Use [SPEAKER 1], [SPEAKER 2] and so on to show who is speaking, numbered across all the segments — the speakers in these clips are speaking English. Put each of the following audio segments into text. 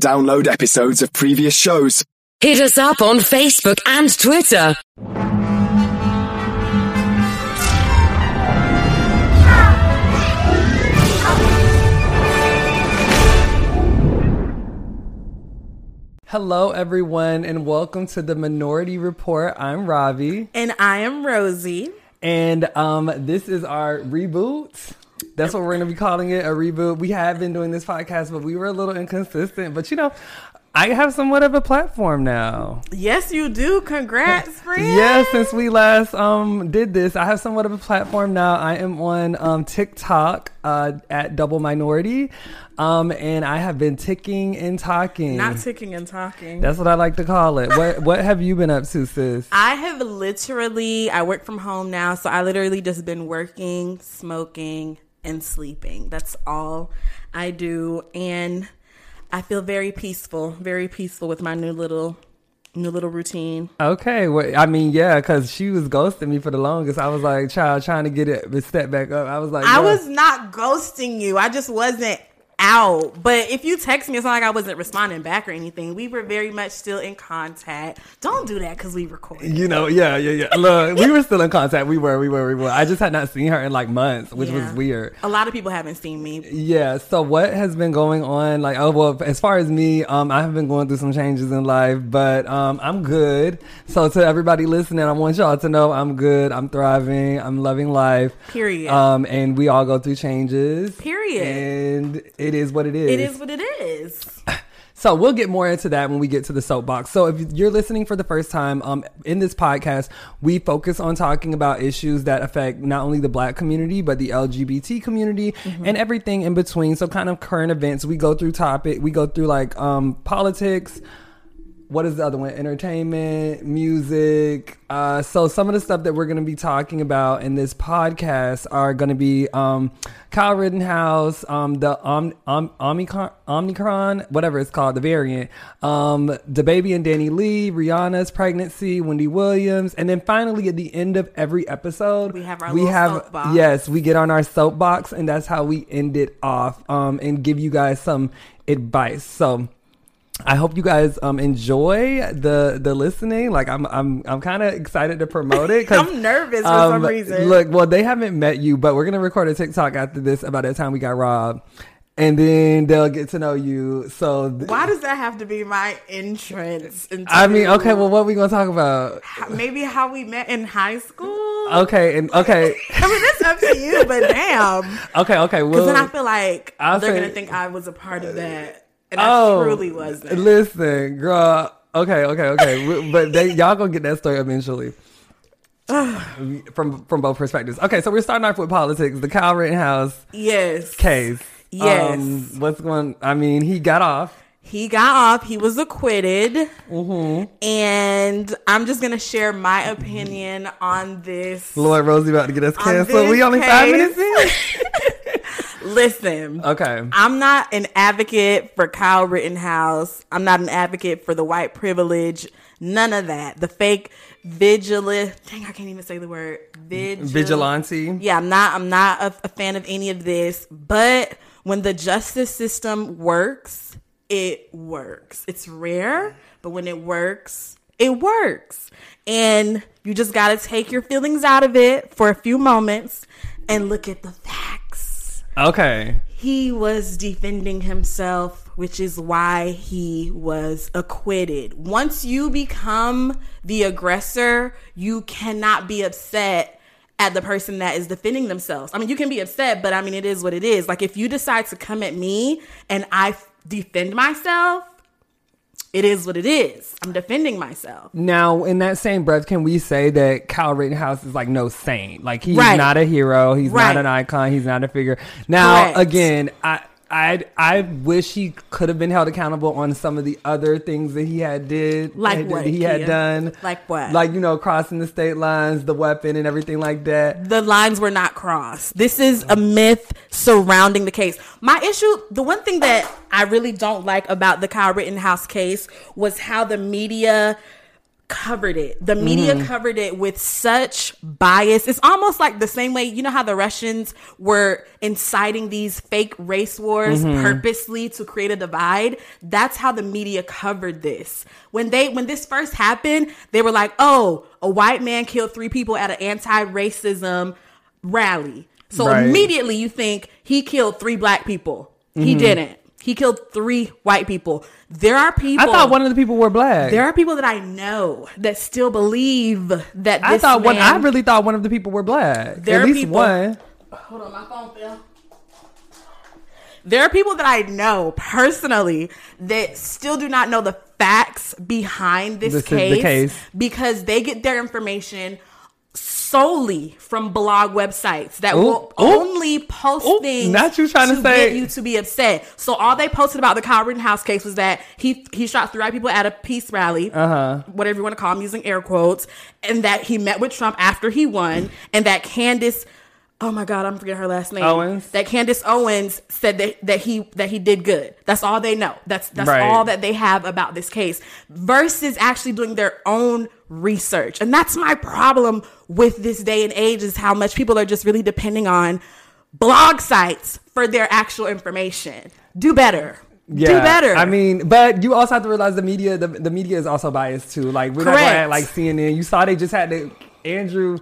[SPEAKER 1] Download episodes of previous shows.
[SPEAKER 2] Hit us up on Facebook and Twitter.
[SPEAKER 3] Hello, everyone, and welcome to the Minority Report. I'm Ravi,
[SPEAKER 4] And I am Rosie.
[SPEAKER 3] and um, this is our reboot. That's what we're going to be calling it a reboot. We have been doing this podcast, but we were a little inconsistent. But you know, I have somewhat of a platform now.
[SPEAKER 4] Yes, you do. Congrats, friend.
[SPEAKER 3] Oh. Yes, since we last um did this, I have somewhat of a platform now. I am on um TikTok uh, at Double Minority, um, and I have been ticking and talking.
[SPEAKER 4] Not ticking and talking.
[SPEAKER 3] That's what I like to call it. What What have you been up to, sis?
[SPEAKER 4] I have literally, I work from home now, so I literally just been working, smoking, and sleeping. That's all I do. And I feel very peaceful, very peaceful with my new little. New little routine.
[SPEAKER 3] Okay, well, I mean, yeah, because she was ghosting me for the longest. I was like, child, trying to get it, but step back up. I was like,
[SPEAKER 4] I
[SPEAKER 3] yo.
[SPEAKER 4] was not ghosting you. I just wasn't out. But if you text me, it's not like I wasn't responding back or anything. We were very much still in contact. Don't do that because we recorded.
[SPEAKER 3] you know, yeah, yeah, yeah. Look, we were still in contact. We were, we were, we were. I just had not seen her in like months, which
[SPEAKER 4] Yeah.
[SPEAKER 3] was weird.
[SPEAKER 4] A lot of people haven't seen me.
[SPEAKER 3] Yeah. So what has been going on? Like, oh well, as far as me, um, I have been going through some changes in life, but um, I'm good. So to everybody listening, I want y'all to know I'm good. I'm thriving. I'm loving life.
[SPEAKER 4] Period.
[SPEAKER 3] Um, and we all go through changes.
[SPEAKER 4] Period.
[SPEAKER 3] And it is what it is.
[SPEAKER 4] It is what it is.
[SPEAKER 3] So we'll get more into that when we get to the soapbox. So if you're listening for the first time, um, in this podcast, we focus on talking about issues that affect not only the black community, but the LGBT community and everything in between. So kind of current events, we go through topic, we go through like, um, politics, what is the other one? Entertainment, music. Uh, so some of the stuff that we're going to be talking about in this podcast are going to be um, Kyle Rittenhouse, um, the Om- Om- Omicron, Omicron, whatever it's called, the variant, um, the baby and Danny Lee, Rihanna's pregnancy, Wendy Williams, and then finally at the end of every episode,
[SPEAKER 4] We have our little soapbox.
[SPEAKER 3] yes, we get on our soapbox, and that's how we end it off um, and give you guys some advice. So. I hope you guys um enjoy the the listening. Like I'm I'm I'm kind of excited to promote it. 'cause, um,
[SPEAKER 4] I'm nervous for some reason.
[SPEAKER 3] Look, well they haven't met you, but we're gonna record a TikTok after this about the time we got robbed, and then they'll get to know you. So th-
[SPEAKER 4] Why does that have to be my entrance? Into
[SPEAKER 3] I mean, okay, well what we gonna talk about?
[SPEAKER 4] how- maybe how we met in high school.
[SPEAKER 3] Okay, and okay,
[SPEAKER 4] I mean, that's up to you, but damn. Because
[SPEAKER 3] okay, okay. Well,
[SPEAKER 4] then I feel like
[SPEAKER 3] I'll
[SPEAKER 4] they're
[SPEAKER 3] Uh, say-
[SPEAKER 4] gonna think I was a part of that, and
[SPEAKER 3] Oh,
[SPEAKER 4] I truly wasn't.
[SPEAKER 3] Listen, girl. Okay, okay, okay. W- but they, y'all gonna get that story eventually. from from both perspectives. Okay, so we're starting off with politics. The Kyle Rittenhouse
[SPEAKER 4] yes,
[SPEAKER 3] case. Um,
[SPEAKER 4] Yes.
[SPEAKER 3] what's going? I mean, he got off.
[SPEAKER 4] he got off. He was acquitted,
[SPEAKER 3] Mm-hmm.
[SPEAKER 4] and I'm just gonna share my opinion on this.
[SPEAKER 3] Lloyd Rosie about to get us
[SPEAKER 4] On
[SPEAKER 3] canceled. We
[SPEAKER 4] this
[SPEAKER 3] only five
[SPEAKER 4] case-
[SPEAKER 3] minutes in.
[SPEAKER 4] Listen,
[SPEAKER 3] Okay.
[SPEAKER 4] I'm not an advocate for Kyle Rittenhouse. I'm not an advocate for the white privilege. None of that. The fake vigilante. Dang, I can't even say the word. Vigil-
[SPEAKER 3] Vigilante.
[SPEAKER 4] Yeah, I'm not. I'm not a, a fan of any of this. But when the justice system works, it works. It's rare, but when it works, it works. And you just gotta take your feelings out of it for a few moments and look at the facts
[SPEAKER 3] Okay.
[SPEAKER 4] he was defending himself, which is why he was acquitted. Once you become the aggressor, you cannot be upset at the person that is defending themselves. I mean, you can be upset, but I mean, it is what it is. Like, if you decide to come at me and I f- defend myself, it is what it is. I'm defending myself.
[SPEAKER 3] Now, in that same breath, can we say that Kyle Rittenhouse is like no saint? Like he's
[SPEAKER 4] Right.
[SPEAKER 3] not a hero. He's
[SPEAKER 4] Right.
[SPEAKER 3] not an icon. He's not a figure. Now,
[SPEAKER 4] Correct.
[SPEAKER 3] again, I. I I wish he could have been held accountable on some of the other things that he had did
[SPEAKER 4] Like
[SPEAKER 3] that
[SPEAKER 4] what,
[SPEAKER 3] he had
[SPEAKER 4] Kia?
[SPEAKER 3] done
[SPEAKER 4] Like what?
[SPEAKER 3] like you know crossing the state lines the weapon and everything like that
[SPEAKER 4] the lines were not crossed. This is a myth surrounding the case. My issue, the one thing that I really don't like about the Kyle Rittenhouse case was how the media covered it. The media
[SPEAKER 3] Mm.
[SPEAKER 4] covered it with such bias. It's almost like the same way, you know, how the Russians were inciting these fake race wars
[SPEAKER 3] Mm-hmm.
[SPEAKER 4] purposely to create a divide. That's how the media covered this. When they, when this first happened, they were like, oh, a white man killed three people at an anti racism rally. So
[SPEAKER 3] Right.
[SPEAKER 4] immediately you think he killed three black people.
[SPEAKER 3] Mm-hmm.
[SPEAKER 4] He didn't. He killed three white people. There are people.
[SPEAKER 3] I thought one of the people were black.
[SPEAKER 4] There are people that I know that still believe that. This
[SPEAKER 3] I thought one.
[SPEAKER 4] man-
[SPEAKER 3] I really thought one of the people were black.
[SPEAKER 4] There
[SPEAKER 3] At
[SPEAKER 4] are
[SPEAKER 3] least
[SPEAKER 4] people-
[SPEAKER 3] one.
[SPEAKER 4] Hold on, my phone fell. There are people that I know personally that still do not know the facts behind this,
[SPEAKER 3] This is the
[SPEAKER 4] case,
[SPEAKER 3] case.
[SPEAKER 4] because they get their information solely from blog websites that
[SPEAKER 3] Ooh, ooh,
[SPEAKER 4] will only post
[SPEAKER 3] ooh,
[SPEAKER 4] things
[SPEAKER 3] not you trying to say-
[SPEAKER 4] get you to be upset. So all they posted about the Kyle Rittenhouse case was that he he shot three white people at a peace rally, uh-huh. whatever you want to call them, using air quotes, and that he met with Trump after he won, and that Candace, oh my God, I'm forgetting her last name,
[SPEAKER 3] Owens?
[SPEAKER 4] that Candace Owens said that that he that he did good. That's all they know. That's that's
[SPEAKER 3] Right.
[SPEAKER 4] all that they have about this case. Versus actually doing their own research, and that's my problem with this day and age is how much people are just really depending on blog sites for their actual information. Do better. Do better.
[SPEAKER 3] I mean, but you also have to realize the media. The, the media is also biased too. Like we're not
[SPEAKER 4] Correct.
[SPEAKER 3] gonna act like CNN. You saw they just had the Andrew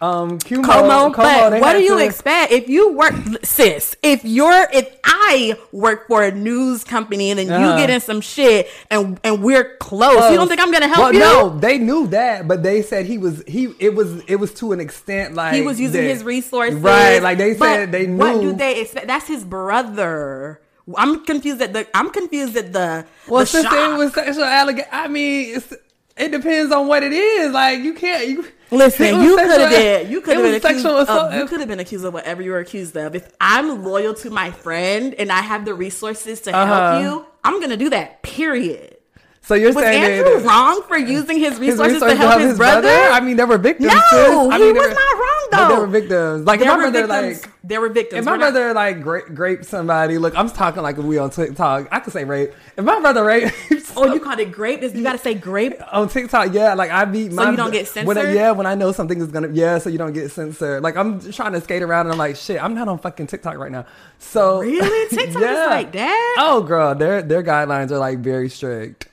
[SPEAKER 3] um, Cuomo. they
[SPEAKER 4] Como, but what
[SPEAKER 3] had
[SPEAKER 4] do you
[SPEAKER 3] to-
[SPEAKER 4] expect if you work, sis? If you're, if I work for a news company and then
[SPEAKER 3] Uh-huh.
[SPEAKER 4] you get in some shit and and we're close, you don't think I'm gonna help
[SPEAKER 3] Well,
[SPEAKER 4] you?
[SPEAKER 3] No, they knew that, but they said he was he. It was it was to an extent like
[SPEAKER 4] he was using
[SPEAKER 3] that-
[SPEAKER 4] his resources,
[SPEAKER 3] Right, like they
[SPEAKER 4] But
[SPEAKER 3] said they knew.
[SPEAKER 4] What do they expect? That's his brother. I'm confused at the. I'm confused at the.
[SPEAKER 3] Well,
[SPEAKER 4] the
[SPEAKER 3] since
[SPEAKER 4] shock.
[SPEAKER 3] it was sexual allegation, I mean, it's, it depends on what it is. Like you can't. You, it
[SPEAKER 4] Listen,
[SPEAKER 3] was
[SPEAKER 4] you
[SPEAKER 3] sexual-
[SPEAKER 4] could have been you could
[SPEAKER 3] it
[SPEAKER 4] have
[SPEAKER 3] was
[SPEAKER 4] been accused
[SPEAKER 3] sexual assault.
[SPEAKER 4] of, you could have been accused of whatever you were accused of. If I'm loyal to my friend and I have the resources to
[SPEAKER 3] Uh-huh.
[SPEAKER 4] help you, I'm gonna do that. Period.
[SPEAKER 3] so you're
[SPEAKER 4] Was
[SPEAKER 3] saying
[SPEAKER 4] Andrew
[SPEAKER 3] that
[SPEAKER 4] wrong for using his
[SPEAKER 3] his
[SPEAKER 4] resources,
[SPEAKER 3] resources
[SPEAKER 4] to help his, brother?
[SPEAKER 3] I mean, there were victims.
[SPEAKER 4] No,
[SPEAKER 3] sis. I
[SPEAKER 4] he
[SPEAKER 3] mean, there
[SPEAKER 4] was
[SPEAKER 3] were-
[SPEAKER 4] not wrong
[SPEAKER 3] but
[SPEAKER 4] though.
[SPEAKER 3] there were victims. Like if
[SPEAKER 4] there
[SPEAKER 3] my
[SPEAKER 4] were
[SPEAKER 3] brother,
[SPEAKER 4] victims.
[SPEAKER 3] like
[SPEAKER 4] there were victims.
[SPEAKER 3] If my
[SPEAKER 4] We're not-
[SPEAKER 3] brother like grape, grape somebody, look, I'm talking like we on TikTok. I could say rape. If my brother rapes
[SPEAKER 4] oh, you called it grape. You got to say grape.
[SPEAKER 3] on TikTok, yeah, like I be my
[SPEAKER 4] you don't get
[SPEAKER 3] When I,
[SPEAKER 4] censored?
[SPEAKER 3] yeah, when I know something is gonna yeah, so you don't get censored. Like I'm just trying to skate around and I'm like, shit, I'm not on fucking TikTok right now. So
[SPEAKER 4] Really? TikTok is like that?
[SPEAKER 3] Oh girl, their their guidelines are like very strict.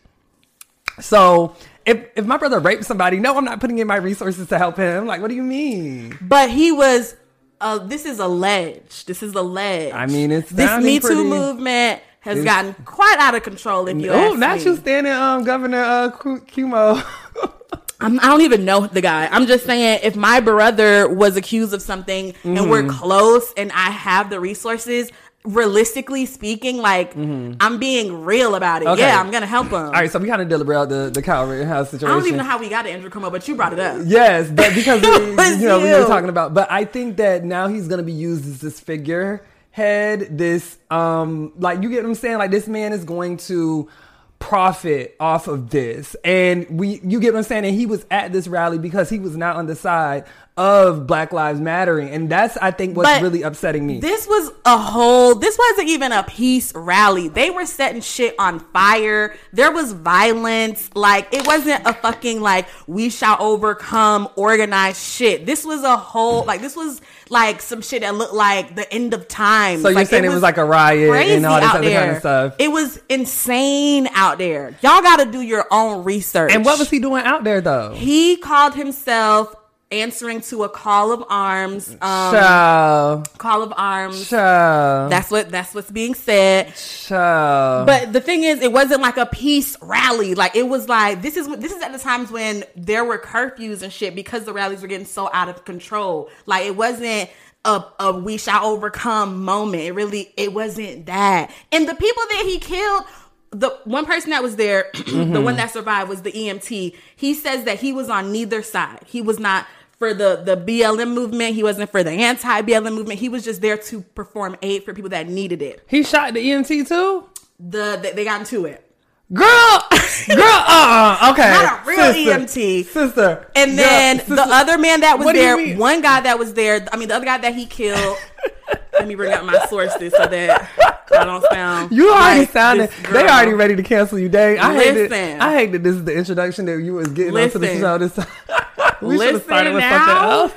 [SPEAKER 3] So if if my brother rapes somebody, no, I'm not putting in my resources to help him. Like, what do you mean?
[SPEAKER 4] But he was. Uh, this is alleged. This is alleged.
[SPEAKER 3] I mean, it's
[SPEAKER 4] this
[SPEAKER 3] sounding
[SPEAKER 4] Me Too
[SPEAKER 3] pretty-
[SPEAKER 4] movement has
[SPEAKER 3] It's-
[SPEAKER 4] gotten quite out of control. If you
[SPEAKER 3] Oh,
[SPEAKER 4] ask
[SPEAKER 3] not
[SPEAKER 4] me.
[SPEAKER 3] you standing um Governor uh Cu- Cuomo.
[SPEAKER 4] I'm, I don't even know the guy. I'm just saying, if my brother was accused of something and
[SPEAKER 3] Mm-hmm.
[SPEAKER 4] we're close and I have the resources, realistically speaking, like I'm being real about it.
[SPEAKER 3] Mm-hmm. Okay.
[SPEAKER 4] Yeah, I'm gonna help him.
[SPEAKER 3] All right, so we kind of deliberate the the Kyle Rittenhouse
[SPEAKER 4] I
[SPEAKER 3] situation.
[SPEAKER 4] don't even know how we got to Andrew Cuomo, but you brought it up.
[SPEAKER 3] Yes, but because
[SPEAKER 4] It
[SPEAKER 3] we,
[SPEAKER 4] was
[SPEAKER 3] you know we were
[SPEAKER 4] you.
[SPEAKER 3] talking about, but I think that now he's gonna be used as this figure head. This um, like you get what I'm saying. Like this man is going to profit off of this, and we you get what I'm saying. And he was at this rally because he was not on the side of Black Lives Mattering, and that's I think what's
[SPEAKER 4] But
[SPEAKER 3] really upsetting me.
[SPEAKER 4] This was a whole. This wasn't even a peace rally. They were setting shit on fire. There was violence. Like it wasn't a fucking like we shall overcome organized shit. This was a whole like this was like some shit that looked like the end of time.
[SPEAKER 3] So you're saying it was like a riot and all this other kind of stuff.
[SPEAKER 4] It was insane out there. Y'all got to do your own research.
[SPEAKER 3] and what was he doing out there though?
[SPEAKER 4] He called himself answering to a call of arms. Um,
[SPEAKER 3] Child,
[SPEAKER 4] call of arms.
[SPEAKER 3] child,
[SPEAKER 4] That's what that's what's being said.
[SPEAKER 3] child.
[SPEAKER 4] But the thing is, it wasn't like a peace rally. Like it was like this is this is at the times when there were curfews and shit because the rallies were getting so out of control. Like it wasn't a, a we shall overcome moment. It really it wasn't that. And the people that he killed. The one person that was there, the one that survived was the EMT. He says that he was on neither side. He was not for the the BLM movement. He wasn't for the anti BLM movement. He was just there to perform aid for people that needed it.
[SPEAKER 3] he shot the EMT too.
[SPEAKER 4] The they, they got into it.
[SPEAKER 3] Girl, girl, uh, uh okay.
[SPEAKER 4] Not a real EMT.
[SPEAKER 3] sister.
[SPEAKER 4] And
[SPEAKER 3] girl,
[SPEAKER 4] then
[SPEAKER 3] sister.
[SPEAKER 4] the other man that was
[SPEAKER 3] What do you
[SPEAKER 4] there,
[SPEAKER 3] mean?
[SPEAKER 4] one guy that was there, I mean, the other guy that he killed. let me bring out my sources so that I don't sound.
[SPEAKER 3] You already
[SPEAKER 4] like
[SPEAKER 3] sounded.
[SPEAKER 4] this
[SPEAKER 3] They
[SPEAKER 4] girl.
[SPEAKER 3] already ready to cancel you, Dang. I hated.
[SPEAKER 4] Listen.
[SPEAKER 3] I hated this is the introduction that you was getting onto the
[SPEAKER 4] Listen.
[SPEAKER 3] show. This we should
[SPEAKER 4] Listen
[SPEAKER 3] have started with something
[SPEAKER 4] now.
[SPEAKER 3] else.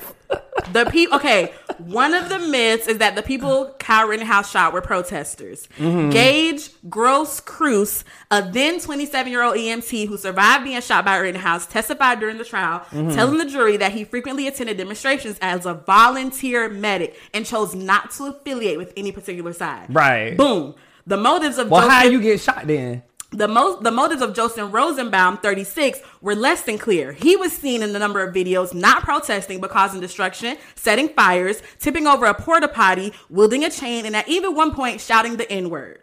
[SPEAKER 4] The people. Okay, one of the myths is that the people Kyle Rittenhouse shot were protesters.
[SPEAKER 3] Mm-hmm.
[SPEAKER 4] Gage Gross Cruz, a then 27-year-old EMT who survived being shot by Rittenhouse, testified during the trial,
[SPEAKER 3] Mm-hmm.
[SPEAKER 4] telling the jury that he frequently attended demonstrations as a volunteer medic and chose not to affiliate with any particular side.
[SPEAKER 3] Right.
[SPEAKER 4] Boom. The motives of
[SPEAKER 3] Well, how
[SPEAKER 4] Joseph-
[SPEAKER 3] you get shot then?
[SPEAKER 4] The most the motives of Joseph Rosenbaum, 36, were less than clear. He was seen in a number of videos not protesting but causing destruction, setting fires, tipping over a porta potty, wielding a chain, and at even one point shouting the N-word.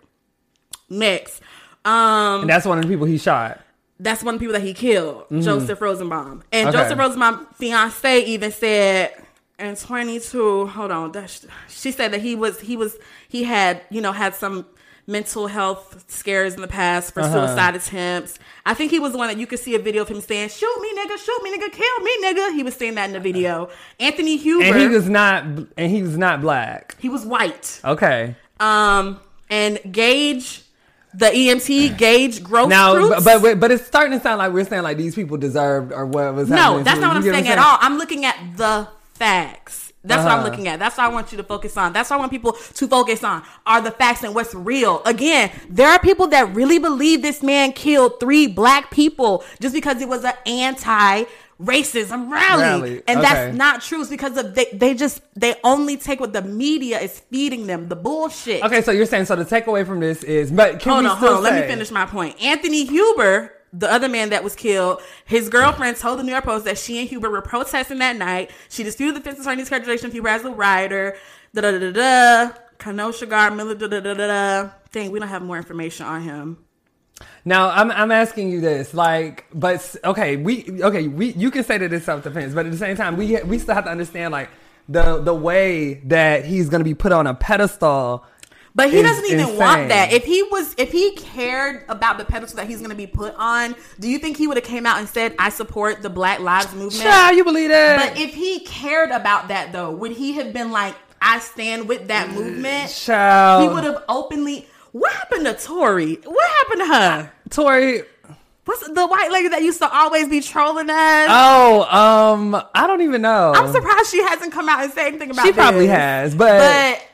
[SPEAKER 4] Next. Um
[SPEAKER 3] And that's one of the people he shot.
[SPEAKER 4] that's one of the people that he killed, Joseph Rosenbaum.
[SPEAKER 3] Mm-hmm.
[SPEAKER 4] And
[SPEAKER 3] Okay.
[SPEAKER 4] Joseph Rosenbaum's fiance even said in 22, hold on, that's, she said that he was he was he had, you know, had some mental health scares in the past for
[SPEAKER 3] Uh-huh.
[SPEAKER 4] suicide attempts. I think he was the one that you could see a video of him saying, "Shoot me, nigga, shoot me, nigga, kill me, nigga." He was saying that in the video. Anthony Huber,
[SPEAKER 3] Uh-huh. And he was not. And he was not black.
[SPEAKER 4] he was white.
[SPEAKER 3] Okay.
[SPEAKER 4] Um and Gage the EMT Gage Gross
[SPEAKER 3] Now,
[SPEAKER 4] Cruz-
[SPEAKER 3] but, but but it's starting to sound like we're saying like these people deserved or what was happening.
[SPEAKER 4] No, that's
[SPEAKER 3] to
[SPEAKER 4] not
[SPEAKER 3] them.
[SPEAKER 4] what I'm
[SPEAKER 3] You get
[SPEAKER 4] saying at all. I'm looking at the facts. That's what I'm
[SPEAKER 3] Uh-huh.
[SPEAKER 4] looking at. That's what I want you to focus on. That's what I want people to focus on are the facts and what's real. Again, there are people that really believe this man killed three black people just because it was an anti racism rally.
[SPEAKER 3] Rally,
[SPEAKER 4] And
[SPEAKER 3] okay.
[SPEAKER 4] that's not true. It's because of they, they just they only take what the media is feeding them, the bullshit.
[SPEAKER 3] Okay, so you're saying so the takeaway from this is, but can
[SPEAKER 4] Hold
[SPEAKER 3] we
[SPEAKER 4] on,
[SPEAKER 3] still
[SPEAKER 4] hold on. Let
[SPEAKER 3] say-
[SPEAKER 4] me finish my point. Anthony Huber, the other man that was killed, his girlfriend told the New York Post that she and Huber were protesting that night. She disputed the defense attorney's characterization of Huber as a rioter. Da da da da da. Kenosha guard Miller. Da da da da da. Dang, we don't have more information on him.
[SPEAKER 3] Now I'm I'm asking you this, like, but s- okay, we okay, we you can say that it's self defense, but at the same time, we we still have to understand like the the way that he's going to be put on a pedestal.
[SPEAKER 4] But he
[SPEAKER 3] is
[SPEAKER 4] doesn't even
[SPEAKER 3] insane.
[SPEAKER 4] want that. If he was, if he cared about the pedestal that he's going to be put on, do you think he would have came out and said, "I support the Black Lives Movement"?
[SPEAKER 3] Child, you believe that?
[SPEAKER 4] But if he cared about that though, would he have been like, I stand with
[SPEAKER 3] Mm,
[SPEAKER 4] that movement?
[SPEAKER 3] Child.
[SPEAKER 4] He would have openly what happened to Tori? What happened to her?
[SPEAKER 3] Tori,
[SPEAKER 4] What's the white lady that used to always be trolling us?
[SPEAKER 3] oh, um, I don't even know.
[SPEAKER 4] I'm surprised she hasn't come out and said anything about
[SPEAKER 3] Um, She probably
[SPEAKER 4] this.
[SPEAKER 3] has, but-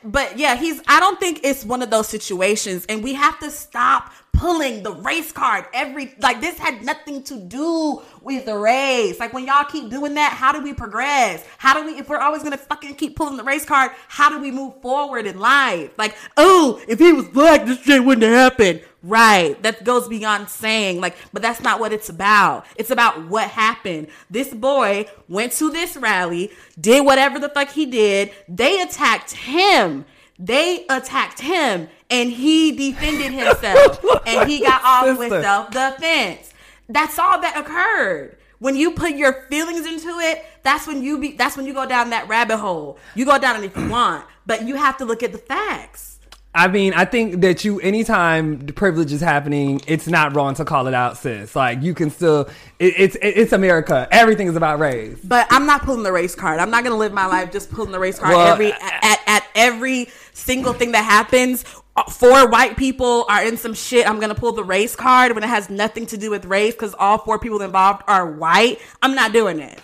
[SPEAKER 4] but but yeah, he's. I don't think it's one of those situations, and we have to stop pulling the race card every like this had nothing to do with the race like when y'all keep doing that how do we progress how do we if we're always gonna fucking keep pulling the race card how do we move forward in life like oh if he was black this shit wouldn't happen right that goes beyond saying like but that's not what it's about it's about what happened this boy went to this rally did whatever the fuck he did they attacked him they attacked him and he defended himself and he got off with
[SPEAKER 3] Sister.
[SPEAKER 4] self defense that's all that occurred when you put your feelings into it that's when you be that's when you go down that rabbit hole you go down it if you want but you have to look at the facts
[SPEAKER 3] I mean, I think that you anytime the privilege is happening, it's not wrong to call it out, sis. Like you can still, it, it's it, it's America. Everything is about race.
[SPEAKER 4] But I'm not pulling the race card. I'm not gonna live my life just pulling the race card
[SPEAKER 3] Well,
[SPEAKER 4] every at, at, at every single thing that happens. Uh, Four white people are in some shit. I'm gonna pull the race card when it has nothing to do with race because all four people involved are white. I'm not doing it.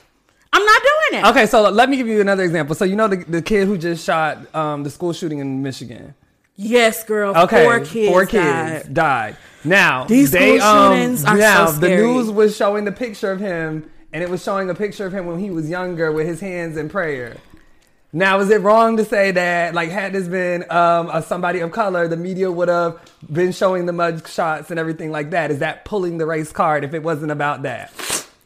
[SPEAKER 4] I'm not doing it.
[SPEAKER 3] Okay, so let me give you another example. So you know the, the kid who just shot um, the school shooting in Michigan.
[SPEAKER 4] Yes, girl.
[SPEAKER 3] Okay,
[SPEAKER 4] Four kids.
[SPEAKER 3] four kids
[SPEAKER 4] died.
[SPEAKER 3] died. Now
[SPEAKER 4] These
[SPEAKER 3] they,
[SPEAKER 4] school
[SPEAKER 3] um,
[SPEAKER 4] shootings are so
[SPEAKER 3] now the
[SPEAKER 4] scary.
[SPEAKER 3] news was showing the picture of him, and it was showing a picture of him when he was younger with his hands in prayer. Now, is it wrong to say that, like, had this been um, a somebody of color, the media would have been showing the mug shots and everything like that? Is that pulling the race card if it wasn't about that?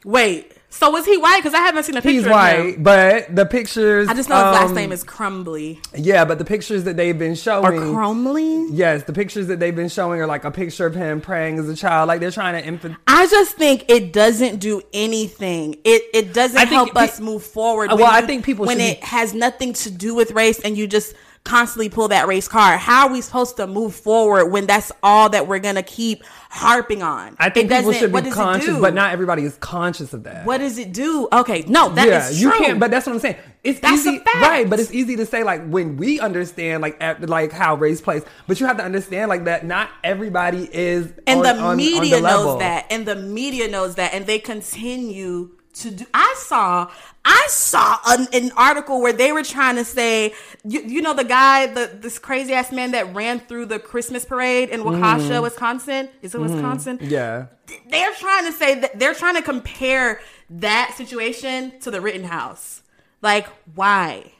[SPEAKER 4] Wait. So was he white? Because I haven't seen a picture
[SPEAKER 3] He's
[SPEAKER 4] of him.
[SPEAKER 3] white, but the pictures.
[SPEAKER 4] I just know his last
[SPEAKER 3] um,
[SPEAKER 4] name is Crumbly
[SPEAKER 3] Yeah, but the pictures that they've been
[SPEAKER 4] or
[SPEAKER 3] showing.
[SPEAKER 4] Cromley.
[SPEAKER 3] Yes, the pictures that they've been showing are like a picture of him praying as a child. Like they're trying to infant.
[SPEAKER 4] I just think it doesn't do anything. It it doesn't
[SPEAKER 3] I think
[SPEAKER 4] help
[SPEAKER 3] pe-
[SPEAKER 4] us move forward.
[SPEAKER 3] Uh,
[SPEAKER 4] when
[SPEAKER 3] well, I
[SPEAKER 4] you-
[SPEAKER 3] think people
[SPEAKER 4] when
[SPEAKER 3] should
[SPEAKER 4] it
[SPEAKER 3] be-
[SPEAKER 4] has nothing to do with race and you just constantly pull that race card. How are we supposed to move forward when that's all that we're gonna keep harping on?
[SPEAKER 3] I think
[SPEAKER 4] It
[SPEAKER 3] people
[SPEAKER 4] doesn't-
[SPEAKER 3] should
[SPEAKER 4] what
[SPEAKER 3] be
[SPEAKER 4] does it
[SPEAKER 3] conscious,
[SPEAKER 4] do?
[SPEAKER 3] but not everybody is conscious of that.
[SPEAKER 4] What does it do? Okay, no, that is
[SPEAKER 3] yeah, you
[SPEAKER 4] true.
[SPEAKER 3] can't. But that's what I'm saying. It's
[SPEAKER 4] That's
[SPEAKER 3] easy,
[SPEAKER 4] a fact.
[SPEAKER 3] right? But it's easy to say like when we understand like at, like how race plays, but you have to understand like that not everybody is
[SPEAKER 4] and
[SPEAKER 3] on-
[SPEAKER 4] the
[SPEAKER 3] on- on the
[SPEAKER 4] media
[SPEAKER 3] level.
[SPEAKER 4] knows that and the media knows that and they continue to do i saw i saw an, an article where they were trying to say you, you know the guy the this crazy ass man that ran through the christmas parade in wakasha wisconsin is it wisconsin
[SPEAKER 3] Mm-hmm. Yeah,
[SPEAKER 4] they're trying to say that they're trying to compare that situation to the Rittenhouse. Like, why?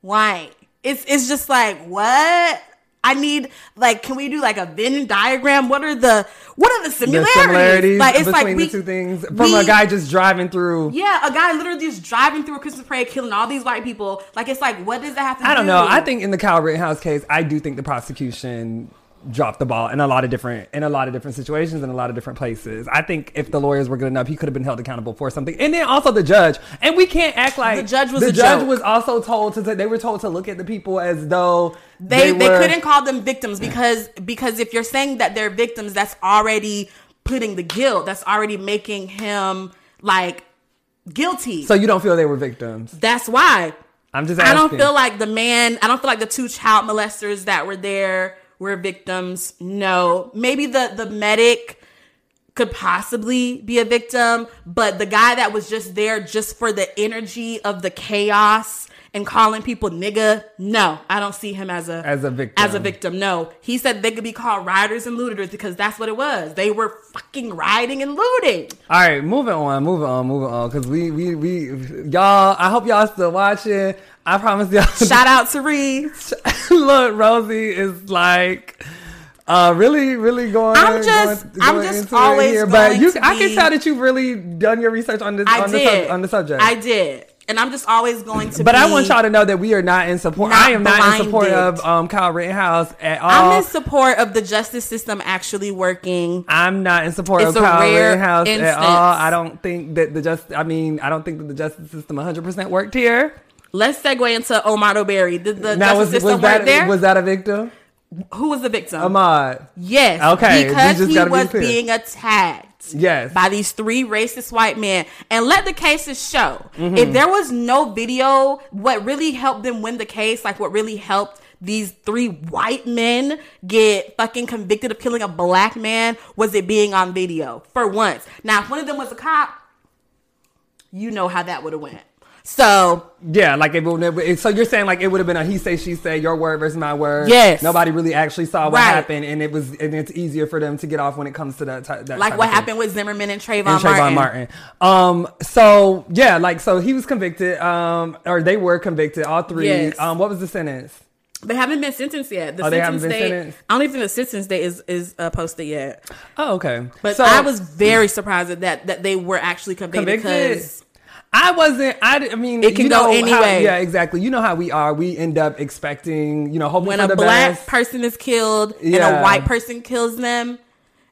[SPEAKER 4] Why? It's it's just like what? I need like, can we do like a Venn diagram? What are the what are the
[SPEAKER 3] the
[SPEAKER 4] similarities?
[SPEAKER 3] similarities
[SPEAKER 4] like it's
[SPEAKER 3] between
[SPEAKER 4] like we,
[SPEAKER 3] the two things from
[SPEAKER 4] we-
[SPEAKER 3] a guy just driving through.
[SPEAKER 4] Yeah, a guy literally just driving through a Christmas parade, killing all these white people. Like it's like, what does that have to?
[SPEAKER 3] I don't
[SPEAKER 4] do?
[SPEAKER 3] know. I think in the Kyle Rittenhouse case, I do think the prosecution dropped the ball in a lot of different in a lot of different situations in a lot of different places. I think if the lawyers were good enough, he could have been held accountable for something. And then also the judge. And we can't act like
[SPEAKER 4] The judge was
[SPEAKER 3] the
[SPEAKER 4] a
[SPEAKER 3] judge
[SPEAKER 4] joke.
[SPEAKER 3] was also told to they were told to look at the people as though
[SPEAKER 4] they they,
[SPEAKER 3] were-
[SPEAKER 4] couldn't call them victims because because if you're saying that they're victims that's already putting the guilt that's already making him like guilty
[SPEAKER 3] So you don't feel they were victims.
[SPEAKER 4] that's why
[SPEAKER 3] I'm just
[SPEAKER 4] i
[SPEAKER 3] asking.
[SPEAKER 4] don't feel like the man i don't feel like the two child molesters that were there were victims no maybe the the medic could possibly be a victim but the guy that was just there just for the energy of the chaos and calling people nigga no i don't see him as a
[SPEAKER 3] As a victim.
[SPEAKER 4] as a victim no he said they could be called rioters and looters because that's what it was they were fucking rioting and looting
[SPEAKER 3] All right, moving on, moving on, moving on. Cause we we we y'all I hope y'all still watching. I promise y'all
[SPEAKER 4] shout out to reed
[SPEAKER 3] look, Rosie is like uh, really, really going.
[SPEAKER 4] I'm just-
[SPEAKER 3] going-
[SPEAKER 4] I'm
[SPEAKER 3] going
[SPEAKER 4] just
[SPEAKER 3] into it
[SPEAKER 4] always
[SPEAKER 3] but
[SPEAKER 4] going
[SPEAKER 3] you,
[SPEAKER 4] to
[SPEAKER 3] I can
[SPEAKER 4] be-
[SPEAKER 3] tell that you've really done your research on this
[SPEAKER 4] I
[SPEAKER 3] on, The,
[SPEAKER 4] did.
[SPEAKER 3] sub- on the subject.
[SPEAKER 4] I did. And I'm just always going to
[SPEAKER 3] but
[SPEAKER 4] be,
[SPEAKER 3] I want y'all to know that we are not in support.
[SPEAKER 4] Not
[SPEAKER 3] I am not in support
[SPEAKER 4] blinded.
[SPEAKER 3] of um, Kyle Rittenhouse at all.
[SPEAKER 4] I'm in support of the justice system actually working.
[SPEAKER 3] I'm not in support
[SPEAKER 4] It's
[SPEAKER 3] of
[SPEAKER 4] a
[SPEAKER 3] Kyle
[SPEAKER 4] rare
[SPEAKER 3] Rittenhouse at
[SPEAKER 4] instance.
[SPEAKER 3] all. I don't think that the just. I mean, I don't think that the justice system 100 percent worked here.
[SPEAKER 4] Let's segue into Omar Berry. Did the
[SPEAKER 3] Now
[SPEAKER 4] justice
[SPEAKER 3] was,
[SPEAKER 4] system
[SPEAKER 3] was that
[SPEAKER 4] work there?
[SPEAKER 3] was that a victim?
[SPEAKER 4] Who was the victim?
[SPEAKER 3] Ahmad.
[SPEAKER 4] yes.
[SPEAKER 3] Okay, we
[SPEAKER 4] Because
[SPEAKER 3] just
[SPEAKER 4] he
[SPEAKER 3] gotta be
[SPEAKER 4] was
[SPEAKER 3] clear.
[SPEAKER 4] being attacked.
[SPEAKER 3] Yes.
[SPEAKER 4] By these three racist white men. And let the cases show.
[SPEAKER 3] Mm-hmm.
[SPEAKER 4] If there was no video, what really helped them win the case, like what really helped these three white men get fucking convicted of killing a black man, was it being on video for once. Now, if one of them was a cop, you know how that would have went. So
[SPEAKER 3] Yeah, like it would never. it- So you're saying like it would have been a he say she say your word versus my word.
[SPEAKER 4] Yes.
[SPEAKER 3] Nobody really actually saw what
[SPEAKER 4] Right.
[SPEAKER 3] happened, and it was and it's easier for them to get off when it comes to that. Ty- that type
[SPEAKER 4] like
[SPEAKER 3] of
[SPEAKER 4] what
[SPEAKER 3] thing.
[SPEAKER 4] happened with Zimmerman and Trayvon,
[SPEAKER 3] And Trayvon Martin. Um. So yeah, like so he was convicted. Um. Or they were convicted. All three.
[SPEAKER 4] Yes.
[SPEAKER 3] Um. What was the sentence?
[SPEAKER 4] They haven't been sentenced yet. The
[SPEAKER 3] Oh, they haven't
[SPEAKER 4] sentence
[SPEAKER 3] been
[SPEAKER 4] date.
[SPEAKER 3] sentenced?
[SPEAKER 4] I don't even think the sentence date is is uh, posted yet.
[SPEAKER 3] Oh, okay.
[SPEAKER 4] But
[SPEAKER 3] So-
[SPEAKER 4] I was very surprised at that that they were actually convicted.
[SPEAKER 3] convicted.
[SPEAKER 4] Because
[SPEAKER 3] I wasn't. I, di- I mean,
[SPEAKER 4] It can
[SPEAKER 3] you
[SPEAKER 4] go
[SPEAKER 3] know
[SPEAKER 4] any
[SPEAKER 3] how-
[SPEAKER 4] way.
[SPEAKER 3] Yeah, exactly. You know how we are. We end up expecting, you know, hoping
[SPEAKER 4] when
[SPEAKER 3] for
[SPEAKER 4] a
[SPEAKER 3] the
[SPEAKER 4] black
[SPEAKER 3] best.
[SPEAKER 4] person is killed and
[SPEAKER 3] Yeah.
[SPEAKER 4] a white person kills them,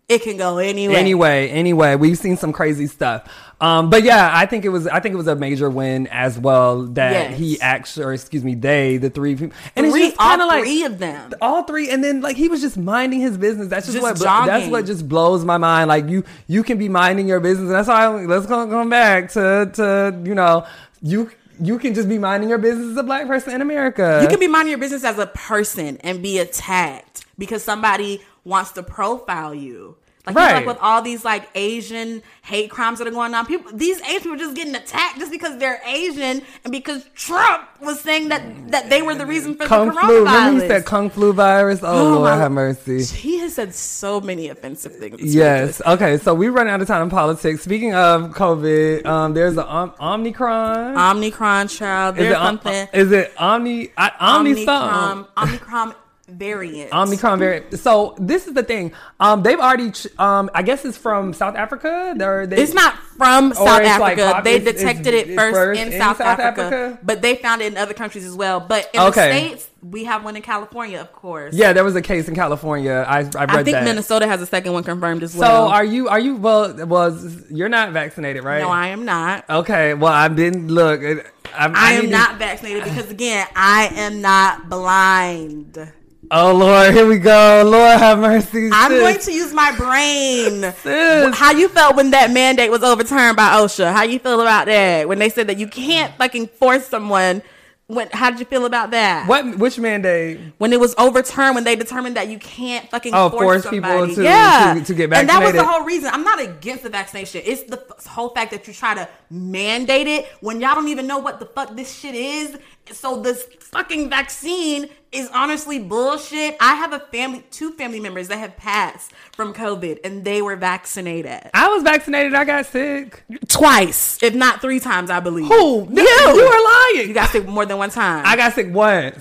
[SPEAKER 4] it can go anyway.
[SPEAKER 3] Anyway, anyway, we've seen some crazy stuff. Um, but yeah, I think it was I think it was a major win as well that
[SPEAKER 4] Yes.
[SPEAKER 3] he actually, or excuse me, they, the three people, and
[SPEAKER 4] three,
[SPEAKER 3] it's just kind of
[SPEAKER 4] all
[SPEAKER 3] like
[SPEAKER 4] three of them.
[SPEAKER 3] all three, and then like he was just minding his business. That's just,
[SPEAKER 4] Just
[SPEAKER 3] what that's
[SPEAKER 4] jogging.
[SPEAKER 3] what just blows my mind. Like you, you can be minding your business. That's why I'm, let's go come back to to you know you you can just be minding your business as a black person in America.
[SPEAKER 4] You can be minding your business as a person and be attacked because somebody wants to profile you. Like, you know,
[SPEAKER 3] Right.
[SPEAKER 4] like with all these like Asian hate crimes that are going on, people these Asians were just getting attacked just because they're Asian and because Trump was saying that that they were the reason for
[SPEAKER 3] Kung
[SPEAKER 4] the
[SPEAKER 3] flu. Remember he
[SPEAKER 4] coronavirus.
[SPEAKER 3] said Kung flu virus. Oh,
[SPEAKER 4] Oh,
[SPEAKER 3] Lord,
[SPEAKER 4] my-
[SPEAKER 3] have mercy.
[SPEAKER 4] he has said so many offensive things. It's
[SPEAKER 3] Yes.
[SPEAKER 4] ridiculous.
[SPEAKER 3] Okay. So we run out of time in politics. Speaking of COVID, um, there's an om- Omnicron.
[SPEAKER 4] Omnicron child,
[SPEAKER 3] is,
[SPEAKER 4] there's
[SPEAKER 3] it om-
[SPEAKER 4] something.
[SPEAKER 3] is it Omni? I, Omni something.
[SPEAKER 4] Omnicron variant.
[SPEAKER 3] Omnicron variant. So this is the thing. Um, they've already. Ch- um, I guess it's from South Africa. They're, they,
[SPEAKER 4] It's not from
[SPEAKER 3] Or
[SPEAKER 4] South
[SPEAKER 3] it's, like,
[SPEAKER 4] Africa.
[SPEAKER 3] pop-
[SPEAKER 4] they
[SPEAKER 3] it's- it's-
[SPEAKER 4] detected
[SPEAKER 3] it's
[SPEAKER 4] it first,
[SPEAKER 3] first
[SPEAKER 4] in,
[SPEAKER 3] in
[SPEAKER 4] South,
[SPEAKER 3] South
[SPEAKER 4] Africa,
[SPEAKER 3] Africa?
[SPEAKER 4] but they found it in other countries as well. But in
[SPEAKER 3] Okay.
[SPEAKER 4] the states, we have one in California, of course.
[SPEAKER 3] Yeah, there was a case in California. I I read
[SPEAKER 4] I think
[SPEAKER 3] that.
[SPEAKER 4] Minnesota has a second one confirmed as
[SPEAKER 3] So
[SPEAKER 4] well.
[SPEAKER 3] are you? Are you? Well, was you're not vaccinated, right?
[SPEAKER 4] no, I am not.
[SPEAKER 3] Okay, well, I've been look. It, I'm-
[SPEAKER 4] I,
[SPEAKER 3] Uh, I
[SPEAKER 4] am
[SPEAKER 3] need to-
[SPEAKER 4] not vaccinated because again, I am not blind.
[SPEAKER 3] Oh Lord, here we go. Lord have mercy.
[SPEAKER 4] I'm
[SPEAKER 3] sis.
[SPEAKER 4] going to use my brain.
[SPEAKER 3] Sis.
[SPEAKER 4] How you felt when that mandate was overturned by OSHA? How you feel about that? When they said that you can't fucking force someone. When, how did you feel about that?
[SPEAKER 3] What? Which mandate?
[SPEAKER 4] When it was overturned, when they determined that you can't fucking
[SPEAKER 3] Oh,
[SPEAKER 4] force,
[SPEAKER 3] force people
[SPEAKER 4] somebody.
[SPEAKER 3] to-
[SPEAKER 4] yeah.
[SPEAKER 3] to- to get
[SPEAKER 4] And that was the
[SPEAKER 3] vaccinated.
[SPEAKER 4] whole reason. I'm not against the vaccination. It's the f- whole fact that you try to mandate it when y'all don't even know what the fuck this shit is. So this fucking vaccine is honestly bullshit. I have a family, two family members that have passed from COVID and they were vaccinated
[SPEAKER 3] I was vaccinated. I got sick.
[SPEAKER 4] twice, if not three times, I believe.
[SPEAKER 3] Who?
[SPEAKER 4] You.
[SPEAKER 3] You are lying.
[SPEAKER 4] You got sick more than one time.
[SPEAKER 3] I got sick once.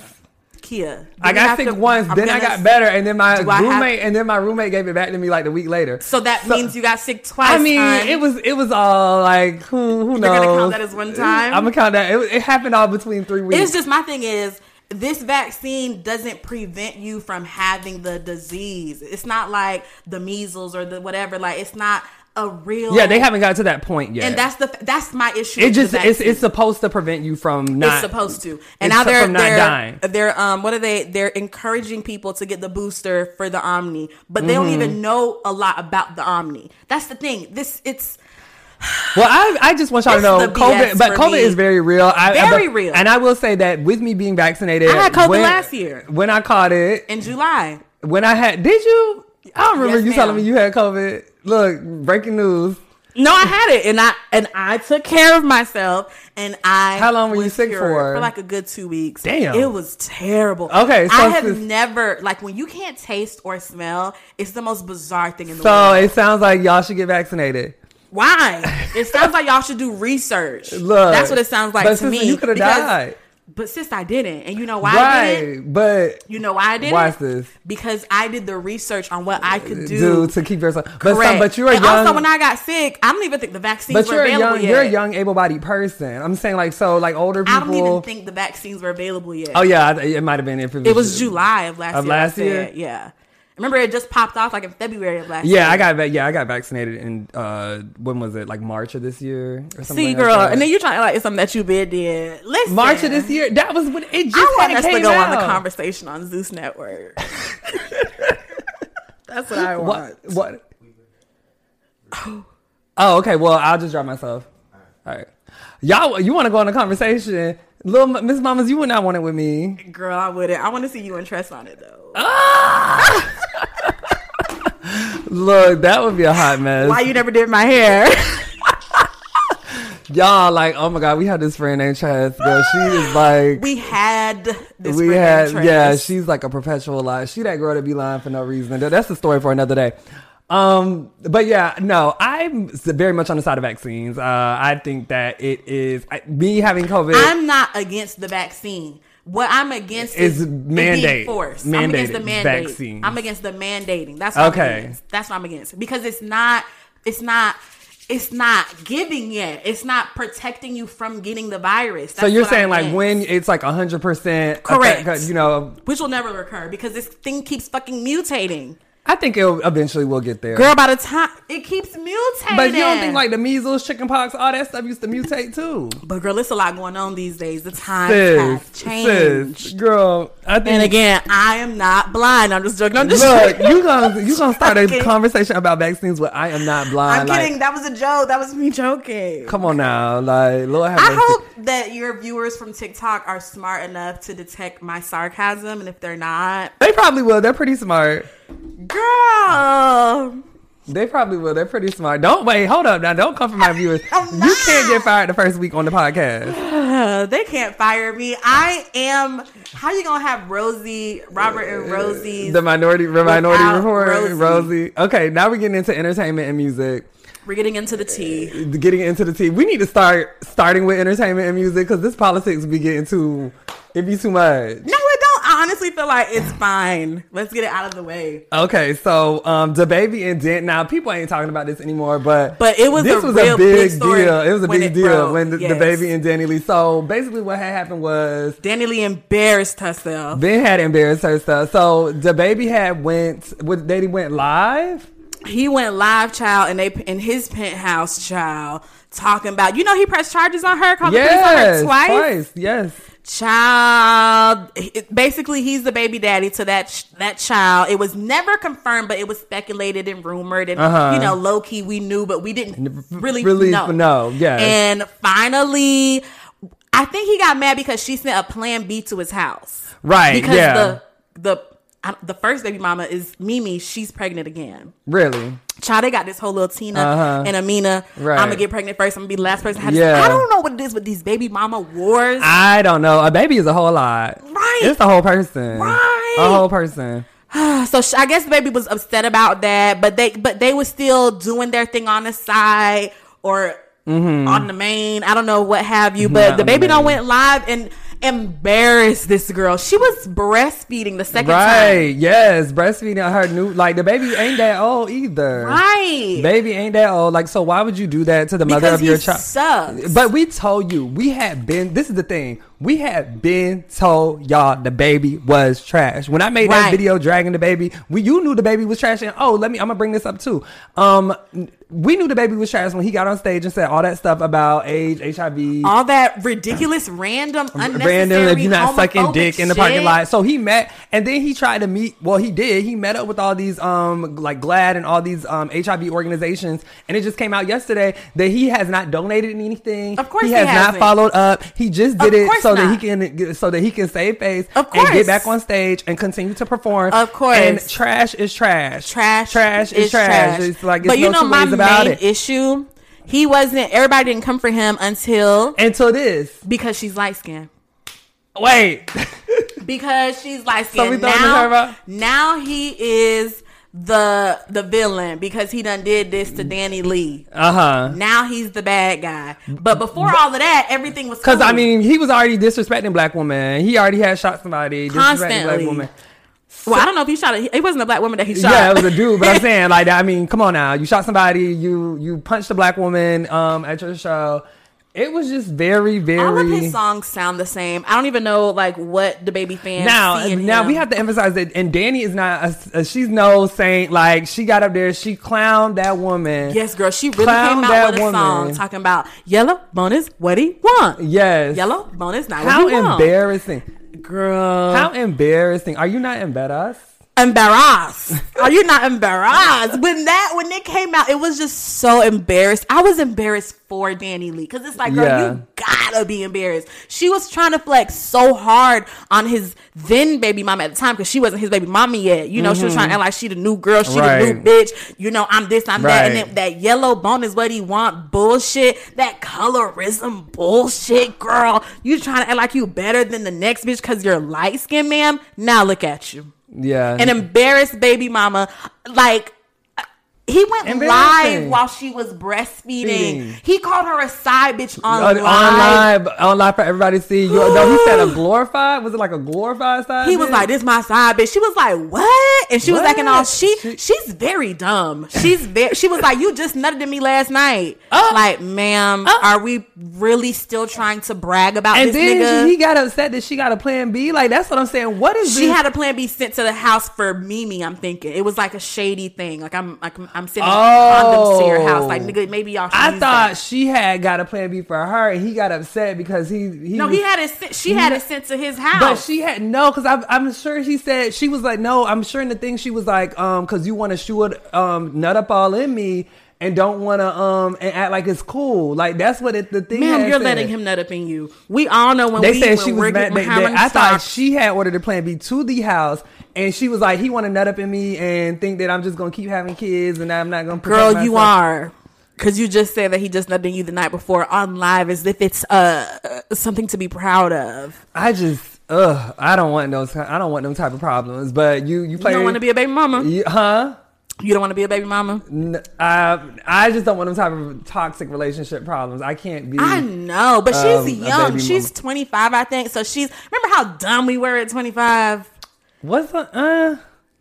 [SPEAKER 4] Kia.
[SPEAKER 3] I
[SPEAKER 4] you have
[SPEAKER 3] got sick
[SPEAKER 4] to-
[SPEAKER 3] once.
[SPEAKER 4] I'm
[SPEAKER 3] then I
[SPEAKER 4] gonna
[SPEAKER 3] got better, and then my
[SPEAKER 4] Do I have-
[SPEAKER 3] roommate and then my roommate gave it back to me like the week later.
[SPEAKER 4] So that means you got sick twice.
[SPEAKER 3] I mean,
[SPEAKER 4] hun.
[SPEAKER 3] it was it was all like who who knows?
[SPEAKER 4] gonna count that as one time?
[SPEAKER 3] I'm gonna count that. It, was- it happened all between three weeks.
[SPEAKER 4] It's just my thing is this vaccine doesn't prevent you from having the disease. It's not like the measles or the whatever. Like it's not a real.
[SPEAKER 3] yeah, they haven't got to that point yet.
[SPEAKER 4] And that's the that's my issue.
[SPEAKER 3] it.
[SPEAKER 4] with the
[SPEAKER 3] Just it's
[SPEAKER 4] vaccine.
[SPEAKER 3] it's supposed to prevent you from not
[SPEAKER 4] it's supposed to. And now
[SPEAKER 3] It's
[SPEAKER 4] they're
[SPEAKER 3] from not
[SPEAKER 4] they're
[SPEAKER 3] dying.
[SPEAKER 4] they're um what are they? They're encouraging people to get the booster for the Omni, but they don't
[SPEAKER 3] Mm-hmm.
[SPEAKER 4] even know a lot about the Omni. That's the thing. This it's
[SPEAKER 3] Well, I, I just want y'all to
[SPEAKER 4] It's
[SPEAKER 3] know
[SPEAKER 4] the
[SPEAKER 3] COVID,
[SPEAKER 4] BS
[SPEAKER 3] but
[SPEAKER 4] for
[SPEAKER 3] COVID
[SPEAKER 4] me.
[SPEAKER 3] is very real. I, I-
[SPEAKER 4] Very
[SPEAKER 3] but-
[SPEAKER 4] real.
[SPEAKER 3] And I will say that with me being vaccinated,
[SPEAKER 4] I had COVID last year.
[SPEAKER 3] When I caught it,
[SPEAKER 4] in July.
[SPEAKER 3] when I had, did you? I don't remember
[SPEAKER 4] Yes,
[SPEAKER 3] you
[SPEAKER 4] ma'am.
[SPEAKER 3] telling me you had COVID. Look, breaking news.
[SPEAKER 4] No, I had it, and I and I took care of myself, and I.
[SPEAKER 3] How long were you
[SPEAKER 4] was
[SPEAKER 3] sick
[SPEAKER 4] cured
[SPEAKER 3] for?
[SPEAKER 4] For like a good two weeks.
[SPEAKER 3] Damn.
[SPEAKER 4] it was terrible.
[SPEAKER 3] Okay, so
[SPEAKER 4] I have
[SPEAKER 3] sis-
[SPEAKER 4] never like when you can't taste or smell. It's the most bizarre thing in the
[SPEAKER 3] So
[SPEAKER 4] world.
[SPEAKER 3] it sounds like y'all should get vaccinated.
[SPEAKER 4] Why? It sounds like y'all should do research.
[SPEAKER 3] Look,
[SPEAKER 4] that's what it sounds like
[SPEAKER 3] but
[SPEAKER 4] to
[SPEAKER 3] sis,
[SPEAKER 4] me.
[SPEAKER 3] you coulda
[SPEAKER 4] because-
[SPEAKER 3] died.
[SPEAKER 4] but sis, I didn't, and you know why I didn't.
[SPEAKER 3] right, but
[SPEAKER 4] You know why I didn't?
[SPEAKER 3] Why is this?
[SPEAKER 4] Because I did the research on what I could do.
[SPEAKER 3] do to keep yourself. But
[SPEAKER 4] Correct.
[SPEAKER 3] some, but you're a
[SPEAKER 4] and
[SPEAKER 3] young.
[SPEAKER 4] also when I got sick, I don't even think the vaccines
[SPEAKER 3] but
[SPEAKER 4] were
[SPEAKER 3] you're a
[SPEAKER 4] available
[SPEAKER 3] young.
[SPEAKER 4] yet.
[SPEAKER 3] You're a young, able-bodied person. I'm saying like so, like older people.
[SPEAKER 4] I don't even think the vaccines were available yet.
[SPEAKER 3] Oh yeah, I- it might have been. If
[SPEAKER 4] It was July of last
[SPEAKER 3] Of
[SPEAKER 4] year. I
[SPEAKER 3] last year?
[SPEAKER 4] said, Yeah. Remember, it just popped off like in February of last year.
[SPEAKER 3] Yeah, I got va- yeah, I got vaccinated in uh when was it? Like March of this year or something.
[SPEAKER 4] See,
[SPEAKER 3] like
[SPEAKER 4] girl,
[SPEAKER 3] that.
[SPEAKER 4] and then you trying to like it's something that you been did. Listen,
[SPEAKER 3] March of this year. That was when it just
[SPEAKER 4] I want
[SPEAKER 3] kinda
[SPEAKER 4] us to
[SPEAKER 3] came
[SPEAKER 4] go
[SPEAKER 3] out.
[SPEAKER 4] on the conversation on Zeus Network. That's what I want.
[SPEAKER 3] What? What? Oh, okay. Well, I'll just drop myself. All right, y'all. You want to go on a conversation, little Miss Mamas? You would not want it with me.
[SPEAKER 4] Girl, I wouldn't. I want to see you and Tress on it though.
[SPEAKER 3] Oh. Look, that would be a hot mess.
[SPEAKER 4] Why you never did my hair?
[SPEAKER 3] Y'all like, oh my god, we had this friend named Chaz. Girl, she is like,
[SPEAKER 4] we had this.
[SPEAKER 3] we
[SPEAKER 4] friend
[SPEAKER 3] had
[SPEAKER 4] named
[SPEAKER 3] yeah
[SPEAKER 4] Tress.
[SPEAKER 3] she's like a perpetual lie she that girl to be lying for no reason That- that's the story for another day um but yeah no i'm s- very much on the side of vaccines uh i think that it is I, me having covid
[SPEAKER 4] I'm not against the vaccine. What I'm against
[SPEAKER 3] Is
[SPEAKER 4] is, it
[SPEAKER 3] mandate.
[SPEAKER 4] Being forced. I'm
[SPEAKER 3] Mandated
[SPEAKER 4] against the mandate.
[SPEAKER 3] vaccines.
[SPEAKER 4] I'm against the mandating. That's what
[SPEAKER 3] Okay.
[SPEAKER 4] I'm against. That's what I'm against because it's not. It's not. It's not giving yet. It's not protecting you from getting the virus.
[SPEAKER 3] so
[SPEAKER 4] That's
[SPEAKER 3] you're
[SPEAKER 4] what
[SPEAKER 3] saying
[SPEAKER 4] I'm
[SPEAKER 3] like
[SPEAKER 4] against.
[SPEAKER 3] when it's like 100%
[SPEAKER 4] Correct.
[SPEAKER 3] effect- you know
[SPEAKER 4] which will never recur because this thing keeps fucking mutating.
[SPEAKER 3] i think it'll eventually we'll get there
[SPEAKER 4] Girl, by the time it keeps mutating,
[SPEAKER 3] but you don't think like the measles chickenpox all that stuff used to mutate too
[SPEAKER 4] But girl, it's a lot going on these days. The times
[SPEAKER 3] sis,
[SPEAKER 4] have changed.
[SPEAKER 3] sis girl i think
[SPEAKER 4] And again, I am not blind. I'm just joking. I'm just
[SPEAKER 3] Look,
[SPEAKER 4] joking.
[SPEAKER 3] you gonna you gonna start a
[SPEAKER 4] Okay.
[SPEAKER 3] conversation about vaccines with I am not blind.
[SPEAKER 4] I'm
[SPEAKER 3] like,
[SPEAKER 4] kidding. That was a joke. That was me joking.
[SPEAKER 3] Come on now, like Lord have
[SPEAKER 4] I
[SPEAKER 3] mercy.
[SPEAKER 4] hope that your viewers from TikTok are smart enough to detect my sarcasm. And if they're not,
[SPEAKER 3] they probably will. They're pretty smart.
[SPEAKER 4] girl,
[SPEAKER 3] They probably will. They're pretty smart. Don't wait. Hold up now. Don't come for my viewers.
[SPEAKER 4] I'm
[SPEAKER 3] you can't
[SPEAKER 4] not.
[SPEAKER 3] get fired the first week on the podcast.
[SPEAKER 4] uh, they can't fire me. I am. How you gonna have Rosie, Robert, and Rosie?
[SPEAKER 3] The minority, the minority
[SPEAKER 4] Without
[SPEAKER 3] report. Rosie.
[SPEAKER 4] Rosie.
[SPEAKER 3] Okay, now we're getting into entertainment and music.
[SPEAKER 4] We're getting into the tea.
[SPEAKER 3] Getting into the tea. We need to start starting with entertainment and music because this politics be getting too. It be too much.
[SPEAKER 4] No, I don't. I honestly feel like it's fine. Let's get it out of the way.
[SPEAKER 3] Okay, so um, the baby and Dent. Now people ain't talking about this anymore, but
[SPEAKER 4] But it was
[SPEAKER 3] this
[SPEAKER 4] a
[SPEAKER 3] was
[SPEAKER 4] real
[SPEAKER 3] a big
[SPEAKER 4] big story
[SPEAKER 3] deal. It was a
[SPEAKER 4] when
[SPEAKER 3] big
[SPEAKER 4] it
[SPEAKER 3] deal
[SPEAKER 4] broke,
[SPEAKER 3] when the, the
[SPEAKER 4] yes.
[SPEAKER 3] baby and Danny Lee. So basically, what had happened was
[SPEAKER 4] Danny Lee embarrassed herself.
[SPEAKER 3] Ben had embarrassed herself. So the baby had went. What they went live.
[SPEAKER 4] he went live, child, and they in his penthouse, child, talking about you know he pressed charges on her, called the police on her twice.
[SPEAKER 3] Yes.
[SPEAKER 4] Child, it- basically he's the baby daddy to that ch- that child. It was never confirmed, but it was speculated and rumored, and you know, low key we knew, but we didn't really
[SPEAKER 3] Uh-huh. really
[SPEAKER 4] know.
[SPEAKER 3] know, yes.
[SPEAKER 4] and finally. I think he got mad because she sent a plan B to his house.
[SPEAKER 3] Right,
[SPEAKER 4] Because
[SPEAKER 3] yeah.
[SPEAKER 4] the the I- the first baby mama is Mimi. She's pregnant again.
[SPEAKER 3] Really.
[SPEAKER 4] Child, they got this whole little Tina and Amina.
[SPEAKER 3] Uh-huh. Right.
[SPEAKER 4] I'm gonna get pregnant first. I'm gonna be the last person. To have
[SPEAKER 3] Yeah.
[SPEAKER 4] this. I don't know what it is with these baby mama wars.
[SPEAKER 3] I don't know. A baby is a whole lot.
[SPEAKER 4] Right.
[SPEAKER 3] It's a whole person.
[SPEAKER 4] Right.
[SPEAKER 3] A whole person.
[SPEAKER 4] so sh I guess the baby was upset about that, but they but they were still doing their thing on the side or on the main. I don't know what have you,
[SPEAKER 3] Not
[SPEAKER 4] but
[SPEAKER 3] Mm-hmm.
[SPEAKER 4] the
[SPEAKER 3] on the
[SPEAKER 4] baby don't
[SPEAKER 3] main.
[SPEAKER 4] went live and embarrassed this girl. She was breastfeeding the second
[SPEAKER 3] Right.
[SPEAKER 4] time.
[SPEAKER 3] Yes. Breastfeeding her new like the baby ain't that old either.
[SPEAKER 4] Right.
[SPEAKER 3] Baby ain't that old. Like so why would you do that to the mother
[SPEAKER 4] Because
[SPEAKER 3] of your
[SPEAKER 4] he
[SPEAKER 3] child?
[SPEAKER 4] sucks.
[SPEAKER 3] But we told you, we had been this is the thing. We had been told y'all the baby was trash. When I made that
[SPEAKER 4] Right.
[SPEAKER 3] video dragging the baby, we you knew the baby was trash and oh let me I'm gonna bring this up too. Um we knew the baby was trash when he got on stage and said all that stuff about age, HIV,
[SPEAKER 4] All that ridiculous, random, unnecessary,
[SPEAKER 3] Brandon, if you're not sucking
[SPEAKER 4] homophobic
[SPEAKER 3] dick in the
[SPEAKER 4] shit.
[SPEAKER 3] parking lot. So he met, and then he tried to meet. Well, he did. He met up with all these, um, like GLAD and all these um HIV organizations, and it just came out yesterday that he has not donated anything.
[SPEAKER 4] Of course
[SPEAKER 3] he
[SPEAKER 4] he
[SPEAKER 3] has not
[SPEAKER 4] hasn't.
[SPEAKER 3] followed up. He just did
[SPEAKER 4] Of
[SPEAKER 3] it
[SPEAKER 4] course
[SPEAKER 3] so that
[SPEAKER 4] not.
[SPEAKER 3] he can, so that he can save face
[SPEAKER 4] Of
[SPEAKER 3] and get
[SPEAKER 4] course.
[SPEAKER 3] back on stage and continue to perform.
[SPEAKER 4] Of course.
[SPEAKER 3] and trash is trash.
[SPEAKER 4] trash.
[SPEAKER 3] Trash is, trash. It's like, it's
[SPEAKER 4] but you
[SPEAKER 3] no
[SPEAKER 4] know,
[SPEAKER 3] two
[SPEAKER 4] my
[SPEAKER 3] ways about
[SPEAKER 4] main
[SPEAKER 3] it.
[SPEAKER 4] issue, he wasn't. Everybody didn't come for him until
[SPEAKER 3] Until this,
[SPEAKER 4] because she's light skinned
[SPEAKER 3] wait.
[SPEAKER 4] Because she's light
[SPEAKER 3] So we
[SPEAKER 4] skinned
[SPEAKER 3] throwing the curve
[SPEAKER 4] now,
[SPEAKER 3] out?
[SPEAKER 4] now he is the the villain because he done did this to Danny Lee.
[SPEAKER 3] Uh huh.
[SPEAKER 4] Now he's the bad guy. But before all of that, everything was
[SPEAKER 3] Because I
[SPEAKER 4] cool.
[SPEAKER 3] mean, he was already disrespecting black women. He already had shot somebody disrespecting black
[SPEAKER 4] Constantly.
[SPEAKER 3] woman.
[SPEAKER 4] well, I don't know if he shot. It. It wasn't a black woman that he shot.
[SPEAKER 3] Yeah, it was a dude. But I'm saying, like, I mean, come on now. You shot somebody. You you punched a black woman um at your show. It was just very very.
[SPEAKER 4] all of his songs sound the same. I don't even know like what the baby fans
[SPEAKER 3] now, uh,
[SPEAKER 4] see in
[SPEAKER 3] now
[SPEAKER 4] him.
[SPEAKER 3] we have to emphasize that, and Danny is not. A, a- she's no saint. Like she got up there, she clowned that woman.
[SPEAKER 4] Yes, girl. She really
[SPEAKER 3] Clown
[SPEAKER 4] came
[SPEAKER 3] that
[SPEAKER 4] out with a
[SPEAKER 3] woman.
[SPEAKER 4] song talking about yellow bonus what he want.
[SPEAKER 3] Yes.
[SPEAKER 4] Yellow bonus not
[SPEAKER 3] How
[SPEAKER 4] what he want.
[SPEAKER 3] embarrassing!
[SPEAKER 4] girl.
[SPEAKER 3] How embarrassing! Are you not embarrassed?
[SPEAKER 4] embarrassed? Are you not embarrassed? when that when it came out, it was just so embarrassed. I was embarrassed for Danny Lee because it's like, girl,
[SPEAKER 3] Yeah.
[SPEAKER 4] you gotta be embarrassed. She was trying to flex so hard on his then baby mama at the time because she wasn't his baby mama yet. You know, she was trying to act like she the new girl, she the new
[SPEAKER 3] Mm-hmm. Right.
[SPEAKER 4] bitch. You know, I'm this, I'm that, and
[SPEAKER 3] Right.
[SPEAKER 4] then that yellow bone is what he want bullshit. That colorism bullshit, girl. You trying to act like you better than the next bitch because you're light skinned, ma'am. Now look at you
[SPEAKER 3] Yeah.
[SPEAKER 4] an embarrassed baby mama. Like uh, he went live
[SPEAKER 3] Embarrassing.
[SPEAKER 4] while she was breastfeeding.
[SPEAKER 3] Feeding.
[SPEAKER 4] He called her a side bitch on,
[SPEAKER 3] on, on
[SPEAKER 4] live.
[SPEAKER 3] live, on live for everybody to see. You, no, he said a glorified. Was it like a glorified side?
[SPEAKER 4] He was
[SPEAKER 3] bitch?
[SPEAKER 4] like, "This my side bitch." She was like, "What?" And she was
[SPEAKER 3] What?
[SPEAKER 4] acting all she,
[SPEAKER 3] She-
[SPEAKER 4] she's very dumb. She's very. She was like, "You just nutted at me last night."
[SPEAKER 3] Uh.
[SPEAKER 4] like, ma'am,
[SPEAKER 3] Uh.
[SPEAKER 4] are we really still trying to brag about
[SPEAKER 3] and
[SPEAKER 4] this
[SPEAKER 3] then
[SPEAKER 4] nigga?
[SPEAKER 3] she- he got upset that she got a plan B. Like that's what I'm saying. What is
[SPEAKER 4] she
[SPEAKER 3] this?
[SPEAKER 4] had a plan B sent to the house for Mimi. I'm thinking it was like a shady thing. Like I'm, like I'm sending condoms to your house. Like
[SPEAKER 3] Oh.
[SPEAKER 4] nigga, maybe y'all. Should
[SPEAKER 3] I
[SPEAKER 4] use
[SPEAKER 3] thought
[SPEAKER 4] that.
[SPEAKER 3] she had got a plan B for her, and he got upset because he he
[SPEAKER 4] no,
[SPEAKER 3] was-
[SPEAKER 4] he had it. Sent, she had it sent to his house.
[SPEAKER 3] But she had no, because I'm, I'm sure he said she was like, no, I'm sure in the thing she was like, um, because you want to shoot um nut up all in me and don't want to um and act like it's cool. Like that's what it, the thing.
[SPEAKER 4] Ma'am,
[SPEAKER 3] had
[SPEAKER 4] you're
[SPEAKER 3] said.
[SPEAKER 4] letting him nut up in you. We all know when
[SPEAKER 3] They
[SPEAKER 4] we
[SPEAKER 3] said
[SPEAKER 4] when
[SPEAKER 3] she
[SPEAKER 4] we're
[SPEAKER 3] was mad.
[SPEAKER 4] getting
[SPEAKER 3] They, they,
[SPEAKER 4] behind
[SPEAKER 3] I thought
[SPEAKER 4] stocks-
[SPEAKER 3] she had ordered a plan B to the house, and she was like, "He want to nut up in me and think that I'm just gonna keep having kids, and I'm not gonna." protect
[SPEAKER 4] girl, you
[SPEAKER 3] myself."
[SPEAKER 4] are. Cause you just said that he just nutted in you the night before on live, as if it's uh something to be proud of.
[SPEAKER 3] I just, ugh, I don't want those. I don't want them type of problems. But you, you play.
[SPEAKER 4] You don't want to be a baby mama.
[SPEAKER 3] you- huh?
[SPEAKER 4] You don't want to be a baby mama.
[SPEAKER 3] N- I, I just don't want them type of toxic relationship problems. I can't be.
[SPEAKER 4] I know, but
[SPEAKER 3] um, a
[SPEAKER 4] she's young.
[SPEAKER 3] baby
[SPEAKER 4] She's
[SPEAKER 3] mama.
[SPEAKER 4] 25, I think. So she's remember how dumb we were at 25.
[SPEAKER 3] What's the? Uh,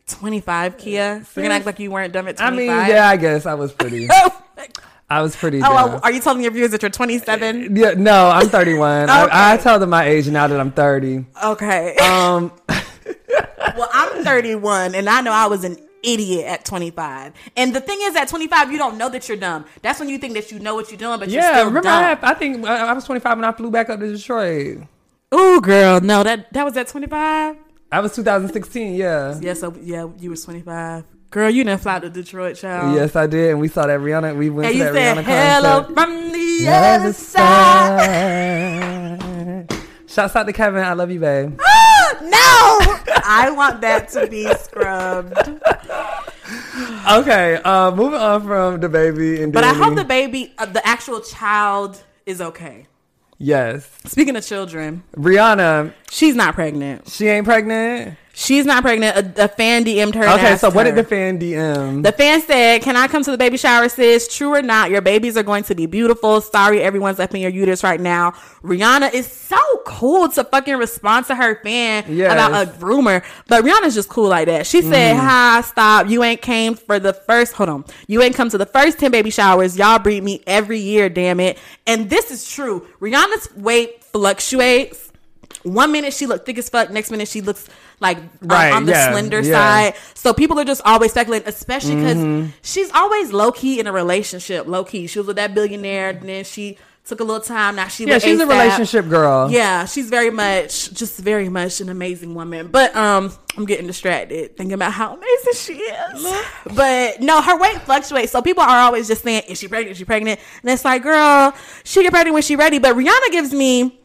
[SPEAKER 4] 25, Kia. You're gonna act like you weren't dumb at
[SPEAKER 3] I
[SPEAKER 4] 25.
[SPEAKER 3] mean, yeah, I guess I was pretty.
[SPEAKER 4] Oh,
[SPEAKER 3] I was pretty.
[SPEAKER 4] oh,
[SPEAKER 3] dumb.
[SPEAKER 4] are you telling your viewers that you're 27?
[SPEAKER 3] yeah, no, I'm 31. I, I
[SPEAKER 4] Okay.
[SPEAKER 3] tell them my age now that I'm 30.
[SPEAKER 4] Okay.
[SPEAKER 3] Um,
[SPEAKER 4] Well, I'm 31, and I know I was an idiot at 25. And the thing is, at 25, you don't know that you're dumb. That's when you think that you know what you're doing, but you're
[SPEAKER 3] Yeah,
[SPEAKER 4] still
[SPEAKER 3] remember
[SPEAKER 4] dumb.
[SPEAKER 3] I, had, I think I, I was 25 when I flew back up to Detroit.
[SPEAKER 4] Ooh, girl, no, that that was at 25.
[SPEAKER 3] I was 2016. Yeah.
[SPEAKER 4] Yeah, so yeah, you was 25. Girl, you didn't fly to Detroit, child.
[SPEAKER 3] Yes, I did, and we saw that Rihanna. We went
[SPEAKER 4] And you
[SPEAKER 3] to that
[SPEAKER 4] said
[SPEAKER 3] Rihanna
[SPEAKER 4] hello
[SPEAKER 3] concert.
[SPEAKER 4] from the other side.
[SPEAKER 3] Shouts out to Kevin. I love you, babe.
[SPEAKER 4] no, I want that to be scrubbed.
[SPEAKER 3] Okay, uh, moving on from the baby and
[SPEAKER 4] But I
[SPEAKER 3] Danny.
[SPEAKER 4] hope the baby, uh, the actual child, is okay.
[SPEAKER 3] yes,
[SPEAKER 4] Speaking of children,
[SPEAKER 3] Rihanna.
[SPEAKER 4] she's not pregnant.
[SPEAKER 3] She ain't pregnant.
[SPEAKER 4] She's not pregnant. A, a fan DM'd her. and
[SPEAKER 3] Okay,
[SPEAKER 4] asked
[SPEAKER 3] so what
[SPEAKER 4] her-
[SPEAKER 3] did the fan DM?
[SPEAKER 4] The fan said, Can I come to the baby shower, sis? True or not, your babies are going to be beautiful. Sorry, everyone's up in your uterus right now. Rihanna is so cool to fucking respond to her fan
[SPEAKER 3] Yes. Mm.
[SPEAKER 4] about a rumor. But Rihanna's just cool like that. She said, Hi, stop. You ain't came for the first, hold on. You ain't come to the first 10 baby showers. Y'all breed me every year, damn it. And this is true. Rihanna's weight fluctuates. One minute she looked thick as fuck, next minute she looks like uh,
[SPEAKER 3] Right,
[SPEAKER 4] on the
[SPEAKER 3] yeah,
[SPEAKER 4] slender
[SPEAKER 3] yeah.
[SPEAKER 4] side. So people are just always speculating, especially because
[SPEAKER 3] Mm-hmm.
[SPEAKER 4] she's always low key in a relationship. Low key, she was with that billionaire, and then she took a little time. Now she
[SPEAKER 3] yeah,
[SPEAKER 4] with
[SPEAKER 3] she's a
[SPEAKER 4] A$AP.
[SPEAKER 3] relationship girl.
[SPEAKER 4] Yeah, she's very much, just very much an amazing woman. But um, I'm getting distracted thinking about how amazing she is. But no, her weight fluctuates, so people are always just saying, "Is she pregnant? Is she pregnant?" And it's like, girl, she get pregnant when she ready. But Rihanna gives me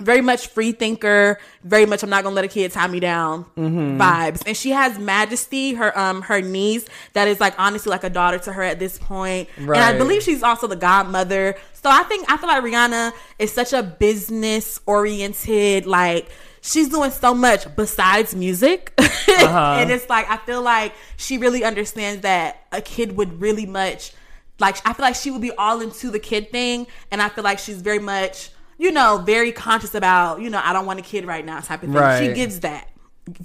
[SPEAKER 4] very much free thinker, very much I'm not gonna let a kid tie me down vibes. And she has majesty, her um her niece that is like honestly like a daughter to her at this point. And I
[SPEAKER 3] Right.
[SPEAKER 4] believe she's also the godmother. So I think I feel like Rihanna is such a business oriented like she's doing so much besides music. and it's like I feel like she really understands that a kid would really much like I feel like she would be all into the kid thing and I feel like she's very much you know, very conscious about, you know, I don't want a kid right now type of thing. She
[SPEAKER 3] Right.
[SPEAKER 4] gives that.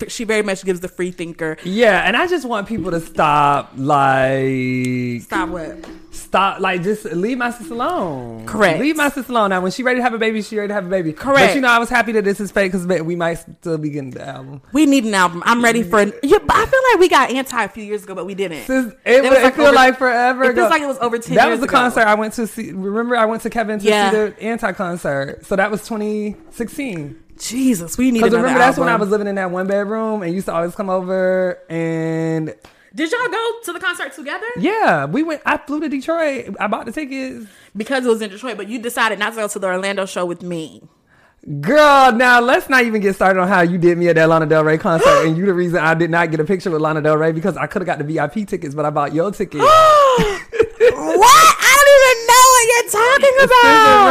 [SPEAKER 4] She very much gives the free thinker.
[SPEAKER 3] Yeah, and I just want people to stop, like,
[SPEAKER 4] Stop what?
[SPEAKER 3] stop, like, just leave my sis alone.
[SPEAKER 4] Correct.
[SPEAKER 3] Leave my sis alone. Now, when she ready to have a baby, she ready to have a baby.
[SPEAKER 4] Correct.
[SPEAKER 3] But you know, I was happy that this is fake because we might still be getting the album.
[SPEAKER 4] We need an album. I'm ready for an. Yeah, but I feel like we got anti a few years ago, but we didn't.
[SPEAKER 3] Sis, it, was, it feel
[SPEAKER 4] over-
[SPEAKER 3] like forever
[SPEAKER 4] It
[SPEAKER 3] ago.
[SPEAKER 4] feels like it was over ten.
[SPEAKER 3] That
[SPEAKER 4] years
[SPEAKER 3] was the
[SPEAKER 4] ago.
[SPEAKER 3] concert I went to see. Remember, I went to Kevin to
[SPEAKER 4] Yeah.
[SPEAKER 3] see the anti concert. So that was 2016.
[SPEAKER 4] Jesus, we need
[SPEAKER 3] Because
[SPEAKER 4] another
[SPEAKER 3] remember,
[SPEAKER 4] album.
[SPEAKER 3] that's when I was living in that one bedroom and you used to always come over. And
[SPEAKER 4] Did y'all go to the concert together?
[SPEAKER 3] yeah, we went, I flew to Detroit. I bought the tickets.
[SPEAKER 4] Because it was in Detroit, but you decided not to go to the Orlando show with me.
[SPEAKER 3] Girl, now let's not even get started on how you did me at that Lana Del Rey concert, and you the reason I did not get a picture with Lana Del Rey because I could have got the VIP tickets, but I bought your ticket.
[SPEAKER 4] what? I don't even know what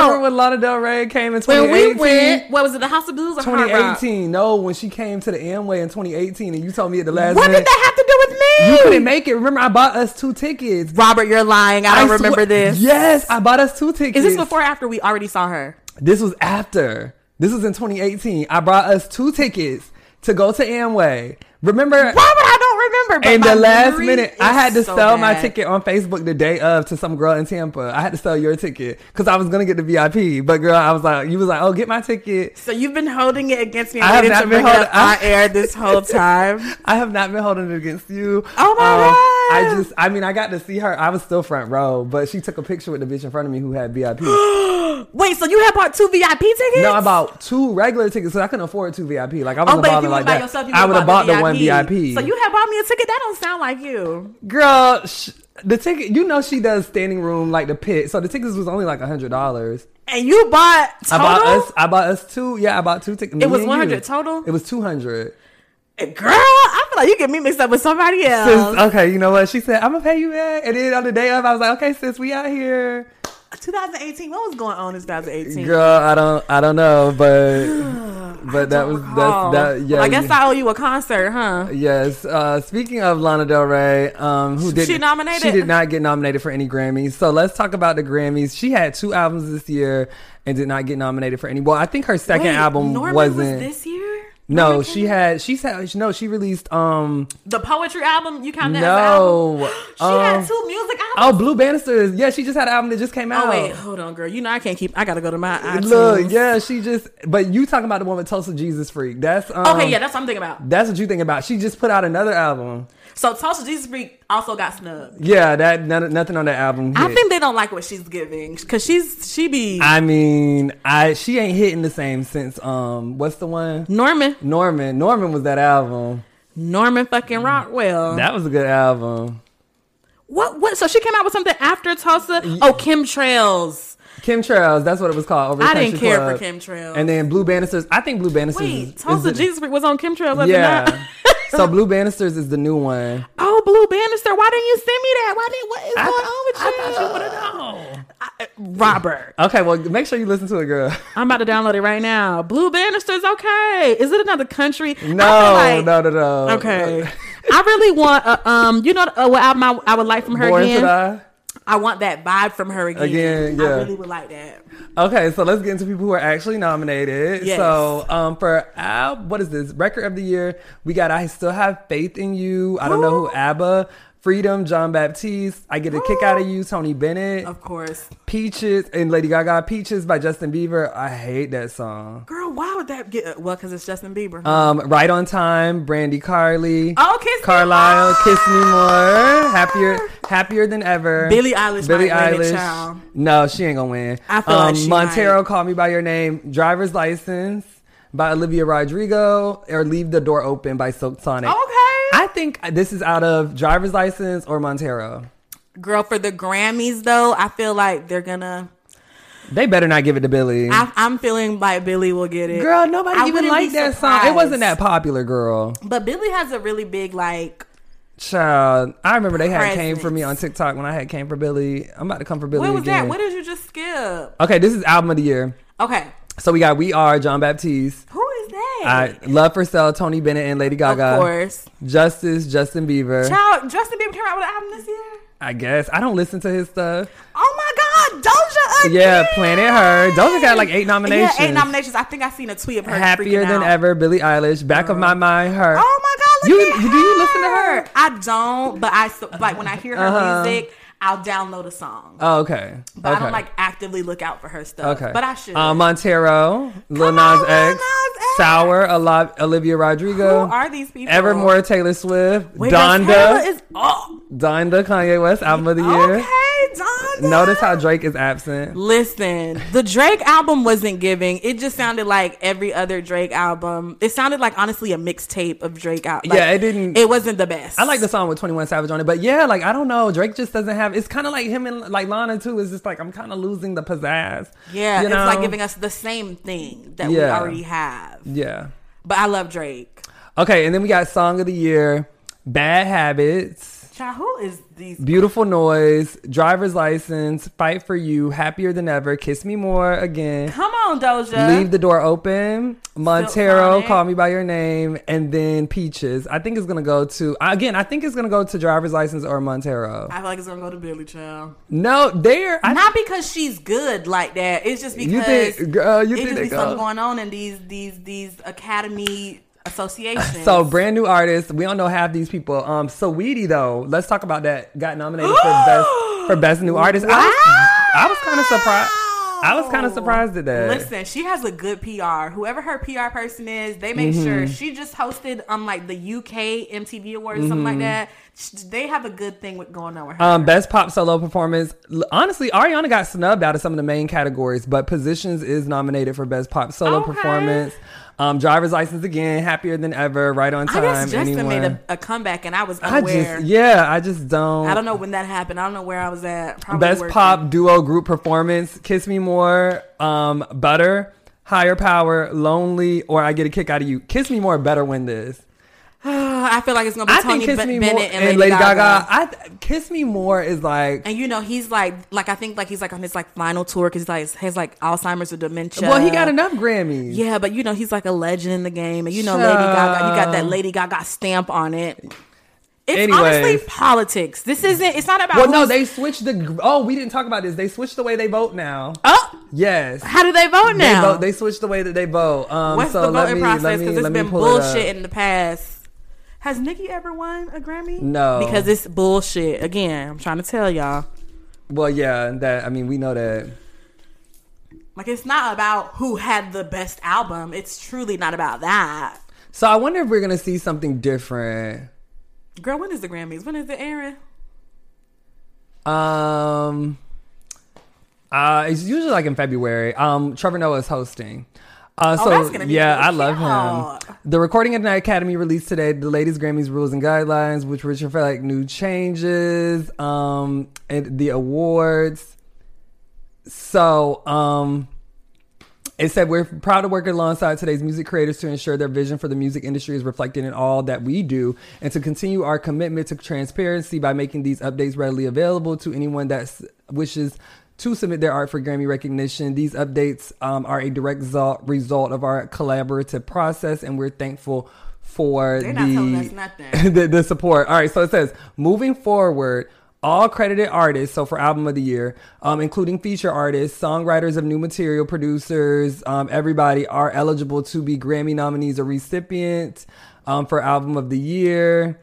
[SPEAKER 3] Remember when Lana Del Rey came in
[SPEAKER 4] When we
[SPEAKER 3] 2018?
[SPEAKER 4] went, what was it? The House of Blues or Hard Rock?
[SPEAKER 3] 2018. No, when she came to the Amway in 2018, and you told me at the last
[SPEAKER 4] What did
[SPEAKER 3] minute
[SPEAKER 4] that have to do with me?
[SPEAKER 3] you couldn't make it. Remember, I bought us two tickets.
[SPEAKER 4] Robert, you're lying. I don't
[SPEAKER 3] swear-
[SPEAKER 4] remember this.
[SPEAKER 3] Yes, I bought us two tickets.
[SPEAKER 4] Is this before or after we already saw her?
[SPEAKER 3] This was after. This was in 2018. I brought us two tickets to go to Amway. Remember?
[SPEAKER 4] Why would I don't remember? But
[SPEAKER 3] And
[SPEAKER 4] my
[SPEAKER 3] the last
[SPEAKER 4] memory
[SPEAKER 3] minute, I
[SPEAKER 4] is
[SPEAKER 3] had to
[SPEAKER 4] so
[SPEAKER 3] sell my
[SPEAKER 4] bad.
[SPEAKER 3] ticket on Facebook the day of to some girl in Tampa. I had to sell your ticket because I was gonna get the VIP. But girl, I was like, you was like, oh, get my ticket.
[SPEAKER 4] So you've been holding it against me.
[SPEAKER 3] I
[SPEAKER 4] I
[SPEAKER 3] have
[SPEAKER 4] have
[SPEAKER 3] not
[SPEAKER 4] to
[SPEAKER 3] been
[SPEAKER 4] bring it up
[SPEAKER 3] holding-
[SPEAKER 4] on air this whole time.
[SPEAKER 3] I have not been holding it against you. Um,
[SPEAKER 4] Oh, my God.
[SPEAKER 3] I just, I mean, I got to see her. I was still front row, but she took a picture with the bitch in front of me who had VIP. no,
[SPEAKER 4] Wait, so you had bought two VIP tickets?
[SPEAKER 3] I bought two regular tickets, so I couldn't afford two VIP. Like I wasn't
[SPEAKER 4] Oh, but if
[SPEAKER 3] balling
[SPEAKER 4] you
[SPEAKER 3] like
[SPEAKER 4] went by
[SPEAKER 3] that.
[SPEAKER 4] yourself, you
[SPEAKER 3] I
[SPEAKER 4] would
[SPEAKER 3] would've
[SPEAKER 4] have
[SPEAKER 3] bought the, one VIP.
[SPEAKER 4] So you had bought me a ticket. That don't sound like you.
[SPEAKER 3] Girl, sh- the ticket, you know, she does standing room like the pit. So the tickets was only like a hundred dollars.
[SPEAKER 4] And you bought
[SPEAKER 3] I
[SPEAKER 4] total.
[SPEAKER 3] bought us. I bought us two. Yeah, I bought two tickets.
[SPEAKER 4] It was 100 total?
[SPEAKER 3] It was two hundred.
[SPEAKER 4] Girl, I feel like you get me mixed up with somebody else.
[SPEAKER 3] okay, you know what she said? I'm gonna pay you back. And then on the day of, I was like, okay, sis, we out here.
[SPEAKER 4] 2018. What was going on in 2018?
[SPEAKER 3] Girl, I don't, I don't know, but but that was
[SPEAKER 4] Oh,
[SPEAKER 3] that's that. Yeah,
[SPEAKER 4] well, I guess
[SPEAKER 3] you-
[SPEAKER 4] I owe you a concert, huh?
[SPEAKER 3] Yes. Uh, speaking of Lana Del Rey, um, who did
[SPEAKER 4] She nominated?
[SPEAKER 3] She did not get nominated for any Grammys. So let's talk about the Grammys. She had two albums this year and did not get nominated for any. Well, I think her second
[SPEAKER 4] Wait,
[SPEAKER 3] album
[SPEAKER 4] Norman
[SPEAKER 3] wasn't.
[SPEAKER 4] was this year.
[SPEAKER 3] no,
[SPEAKER 4] Norman
[SPEAKER 3] she
[SPEAKER 4] came out?
[SPEAKER 3] had. She said no. She released. Um,
[SPEAKER 4] the poetry album. You count that as an album?
[SPEAKER 3] no.
[SPEAKER 4] She
[SPEAKER 3] um,
[SPEAKER 4] had two music
[SPEAKER 3] Oh,
[SPEAKER 4] albums.
[SPEAKER 3] Blue Bannisters. Yeah, she just had an album that just came
[SPEAKER 4] Oh,
[SPEAKER 3] out.
[SPEAKER 4] wait, hold on, girl. You know I can't keep. I gotta go to my iTunes.
[SPEAKER 3] Look, yeah, she just. But you talking about the one with Tulsa Jesus Freak? That's um,
[SPEAKER 4] Okay, yeah, that's what I'm thinking about.
[SPEAKER 3] That's what you think about. She just put out another album.
[SPEAKER 4] So Tulsa Jesus Freak also got snubbed.
[SPEAKER 3] Yeah, that none, nothing on that album.
[SPEAKER 4] I
[SPEAKER 3] hit.
[SPEAKER 4] think they don't like what she's giving because she's she be
[SPEAKER 3] I mean, I she ain't hitting the same since um what's the one
[SPEAKER 4] Norman
[SPEAKER 3] Norman. Norman was that album.
[SPEAKER 4] Norman fucking Rockwell.
[SPEAKER 3] Mm. That was a good album.
[SPEAKER 4] what what? So she came out with something after Tulsa. Oh, Kim Trails.
[SPEAKER 3] Kim Trails, that's what it was called. Over the
[SPEAKER 4] I didn't
[SPEAKER 3] Country
[SPEAKER 4] care
[SPEAKER 3] Club.
[SPEAKER 4] for Kim Trails.
[SPEAKER 3] And then Blue Bannisters. I think Blue Bannisters. is-
[SPEAKER 4] Wait,
[SPEAKER 3] is
[SPEAKER 4] Tulsa
[SPEAKER 3] the-
[SPEAKER 4] Jesus Freak was on Kim Trails. wasn't
[SPEAKER 3] Yeah.
[SPEAKER 4] that?
[SPEAKER 3] so Blue Bannisters is the new one.
[SPEAKER 4] oh, Blue Bannister. Why didn't you send me that? Why did what is going on with
[SPEAKER 3] know.
[SPEAKER 4] you? Robert.
[SPEAKER 3] Okay, well, make sure you listen to it, girl.
[SPEAKER 4] I'm about to download it right now. Blue Bannister's okay. Is it another country? I feel
[SPEAKER 3] No,
[SPEAKER 4] like-
[SPEAKER 3] no, no, no. Uh,
[SPEAKER 4] Okay. I really want a, um, you know uh, what album I, I would like from her
[SPEAKER 3] Born to
[SPEAKER 4] again. I?
[SPEAKER 3] Die.
[SPEAKER 4] want that vibe from her again.
[SPEAKER 3] Again, yeah.
[SPEAKER 4] I really would like that.
[SPEAKER 3] Okay, so let's get into people who are actually nominated.
[SPEAKER 4] Yes.
[SPEAKER 3] So, um, for Ab, what is this record of the year? We got I still have faith in you. I don't know who
[SPEAKER 4] Ooh.
[SPEAKER 3] Abba, Freedom, John Baptiste. I get a kick
[SPEAKER 4] Ooh.
[SPEAKER 3] out of you, Tony Bennett,
[SPEAKER 4] Of course.
[SPEAKER 3] Peaches, and Lady Gaga. Peaches by Justin Bieber. I hate that song.
[SPEAKER 4] Girl, why would that get well, cause it's Justin Bieber.
[SPEAKER 3] Um, right on time, Brandy Carly.
[SPEAKER 4] Oh, Kiss Me
[SPEAKER 3] Carlisle,
[SPEAKER 4] More.
[SPEAKER 3] kiss me more. Happier, happier than ever.
[SPEAKER 4] Ah. Billie Eilish might win it, child.
[SPEAKER 3] No, she ain't gonna win.
[SPEAKER 4] I feel
[SPEAKER 3] um,
[SPEAKER 4] like she
[SPEAKER 3] Montero,
[SPEAKER 4] might.
[SPEAKER 3] call me by your name. Driver's license by Olivia Rodrigo, or leave the door open by Silk Sonic.
[SPEAKER 4] okay.
[SPEAKER 3] I think this is out of driver's license or Montero.
[SPEAKER 4] Girl, for the Grammys though, I feel like they're gonna
[SPEAKER 3] They better not give it to Billy.
[SPEAKER 4] I, I'm feeling like Billy will get it.
[SPEAKER 3] girl, nobody
[SPEAKER 4] I
[SPEAKER 3] even
[SPEAKER 4] wouldn't
[SPEAKER 3] liked
[SPEAKER 4] be
[SPEAKER 3] that song. It wasn't that
[SPEAKER 4] surprised.
[SPEAKER 3] popular, girl.
[SPEAKER 4] But Billy has a really big like
[SPEAKER 3] Child, I remember they had came
[SPEAKER 4] Presence.
[SPEAKER 3] for me on TikTok when I had came for Billy. I'm about to come for Billy
[SPEAKER 4] what was
[SPEAKER 3] again.
[SPEAKER 4] that? What did you just skip?
[SPEAKER 3] okay, this is album of the year.
[SPEAKER 4] Okay.
[SPEAKER 3] So we got We Are John Baptiste,
[SPEAKER 4] Who is that?
[SPEAKER 3] I Love for Sale, Tony Bennett and Lady
[SPEAKER 4] of
[SPEAKER 3] Gaga,
[SPEAKER 4] course.
[SPEAKER 3] Justice, Justin Bieber.
[SPEAKER 4] Child, Justin Bieber came out with an album this year.
[SPEAKER 3] I guess I don't listen to his stuff.
[SPEAKER 4] Oh my God, Doja again.
[SPEAKER 3] Yeah, Planet Her. Doja got like eight nominations.
[SPEAKER 4] Yeah, eight nominations. I think I seen a tweet of her
[SPEAKER 3] Happier
[SPEAKER 4] freaking
[SPEAKER 3] than
[SPEAKER 4] out.
[SPEAKER 3] ever, Billie Eilish. Back of my mind, her.
[SPEAKER 4] Oh my God, look
[SPEAKER 3] You-
[SPEAKER 4] at
[SPEAKER 3] you-
[SPEAKER 4] her.
[SPEAKER 3] do you listen to her?
[SPEAKER 4] I don't, but I s- like when I hear her music, I'll download a song.
[SPEAKER 3] Oh, okay.
[SPEAKER 4] But I
[SPEAKER 3] Okay.
[SPEAKER 4] don't like actively look out for her stuff.
[SPEAKER 3] Okay.
[SPEAKER 4] But I should.
[SPEAKER 3] Uh, Montero, Lil
[SPEAKER 4] on,
[SPEAKER 3] Nas
[SPEAKER 4] Lil
[SPEAKER 3] X,
[SPEAKER 4] Nas X.
[SPEAKER 3] Sour, Alo- Olivia Rodrigo.
[SPEAKER 4] Who are these people?
[SPEAKER 3] Evermore, Taylor Swift,
[SPEAKER 4] Wait, Donda
[SPEAKER 3] Donda,
[SPEAKER 4] is oh,
[SPEAKER 3] Donda, Kanye West album of the year.
[SPEAKER 4] okay, Donda.
[SPEAKER 3] Notice how Drake is absent.
[SPEAKER 4] Listen, the Drake album wasn't giving. It just sounded like every other Drake album. It sounded like honestly a mixtape of Drake out. like,
[SPEAKER 3] Yeah, it didn't-
[SPEAKER 4] It wasn't the best.
[SPEAKER 3] I like the song with Twenty One Savage on it, but yeah, like I don't know, Drake just doesn't have. It's kind of like him and like Lana too. Is just like I'm kind of losing the pizzazz.
[SPEAKER 4] Yeah,
[SPEAKER 3] you
[SPEAKER 4] it's like
[SPEAKER 3] know?
[SPEAKER 4] giving us the same thing that we
[SPEAKER 3] Yeah.
[SPEAKER 4] already have.
[SPEAKER 3] Yeah.
[SPEAKER 4] But I love Drake.
[SPEAKER 3] Okay, and then we got song of the year, Bad Habits.
[SPEAKER 4] Child, who is these?
[SPEAKER 3] Beautiful Noise, Driver's License, Fight for You, Happier Than Ever, Kiss Me More again,
[SPEAKER 4] Come on, Doja.
[SPEAKER 3] Leave the Door Open, Montero,
[SPEAKER 4] Sonic.
[SPEAKER 3] Call Me By Your Name, and then Peaches. I think it's going to go to, again, I think it's going to go to Driver's License or Montero.
[SPEAKER 4] I feel like it's gonna go to Billy Child.
[SPEAKER 3] No, there, I,
[SPEAKER 4] Not because she's good like that. It's just because
[SPEAKER 3] you think, girl, you
[SPEAKER 4] it
[SPEAKER 3] think
[SPEAKER 4] just
[SPEAKER 3] they
[SPEAKER 4] be
[SPEAKER 3] go.
[SPEAKER 4] something going on in these these these academy associations.
[SPEAKER 3] So brand new artists, we don't know half these people. Um, Saweetie though, let's talk about that. Got nominated for best for best new artist. I was, I was kind of surprised. I was kind of surprised at that.
[SPEAKER 4] Listen, she has a good PR. Whoever her PR person is, they make sure
[SPEAKER 3] Mm-hmm.
[SPEAKER 4] she just hosted um like the UK MTV Awards, something like that. Sh- They have a good thing with going on with her.
[SPEAKER 3] Mm-hmm. Um, best pop solo performance. L- Honestly, Ariana got snubbed out of some of the main categories, but Positions is nominated for best pop solo
[SPEAKER 4] Okay.
[SPEAKER 3] performance. Um, driver's license again, happier than ever, right on
[SPEAKER 4] I
[SPEAKER 3] time.
[SPEAKER 4] guess Justin
[SPEAKER 3] anyone.
[SPEAKER 4] made a, a comeback, and I was
[SPEAKER 3] I
[SPEAKER 4] unaware.
[SPEAKER 3] just yeah, I just don't.
[SPEAKER 4] I don't know when that happened. I don't know where I was at. Probably
[SPEAKER 3] Best
[SPEAKER 4] working.
[SPEAKER 3] pop duo group performance: "Kiss Me More," um, "Butter," "Higher Power," "Lonely," or "I Get a Kick Out of You." "Kiss Me More" better win this.
[SPEAKER 4] Uh, I feel like it's gonna be
[SPEAKER 3] I
[SPEAKER 4] Tony
[SPEAKER 3] think "Kiss
[SPEAKER 4] B-
[SPEAKER 3] Me
[SPEAKER 4] Bennett
[SPEAKER 3] More"
[SPEAKER 4] and, Lady, Gaga.
[SPEAKER 3] I th- "Kiss Me More" is like
[SPEAKER 4] And you know he's like, like I think like he's like on his like final tour because like has like Alzheimer's or dementia.
[SPEAKER 3] well, he got enough Grammys.
[SPEAKER 4] uh, Yeah, but you know he's like a legend in the game, and you know Lady
[SPEAKER 3] Child.
[SPEAKER 4] Gaga, you got that Lady Gaga stamp on it. It's
[SPEAKER 3] Anyways.
[SPEAKER 4] honestly politics. This isn't. It's not about.
[SPEAKER 3] Well, no,
[SPEAKER 4] who's-
[SPEAKER 3] they switched the. Oh, we didn't talk about this. They switched the way they vote now.
[SPEAKER 4] Oh,
[SPEAKER 3] Yes,
[SPEAKER 4] how do they vote
[SPEAKER 3] they
[SPEAKER 4] now?
[SPEAKER 3] vote. They switched the way that they vote. Um,
[SPEAKER 4] What's
[SPEAKER 3] so
[SPEAKER 4] the
[SPEAKER 3] let
[SPEAKER 4] voting
[SPEAKER 3] me,
[SPEAKER 4] process?
[SPEAKER 3] Let me,
[SPEAKER 4] Because it's
[SPEAKER 3] let me
[SPEAKER 4] been
[SPEAKER 3] pull it up.
[SPEAKER 4] bullshit in the past. Has Nikki ever won a Grammy?
[SPEAKER 3] No.
[SPEAKER 4] because it's bullshit. Again, I'm trying to tell y'all.
[SPEAKER 3] Well, yeah, that I mean, we know that.
[SPEAKER 4] Like it's not about who had the best album. It's truly not about that.
[SPEAKER 3] So I wonder if we're gonna see something different.
[SPEAKER 4] Girl, when is the Grammys? When is it, Aaron?
[SPEAKER 3] Um, uh, it's usually like in February. Um, Trevor Noah is hosting. Uh, so
[SPEAKER 4] Oh, that's gonna be
[SPEAKER 3] yeah,
[SPEAKER 4] good.
[SPEAKER 3] I love
[SPEAKER 4] Yeah.
[SPEAKER 3] him. The recording at Night Academy released today the latest Grammys rules and guidelines, which which reflect like new changes, um, and the awards. So, um, it said we're proud to work alongside today's music creators to ensure their vision for the music industry is reflected in all that we do and to continue our commitment to transparency by making these updates readily available to anyone that s- wishes to submit their art for Grammy recognition. These updates um, are a direct result, result of our collaborative process, and we're thankful for
[SPEAKER 4] They're
[SPEAKER 3] the,
[SPEAKER 4] not telling us nothing.
[SPEAKER 3] the, the support. All right, so it says moving forward. All credited artists, so for album of the year, um, including feature artists, songwriters of new material, producers, um, everybody are eligible to be Grammy nominees or recipients um, for album of the year.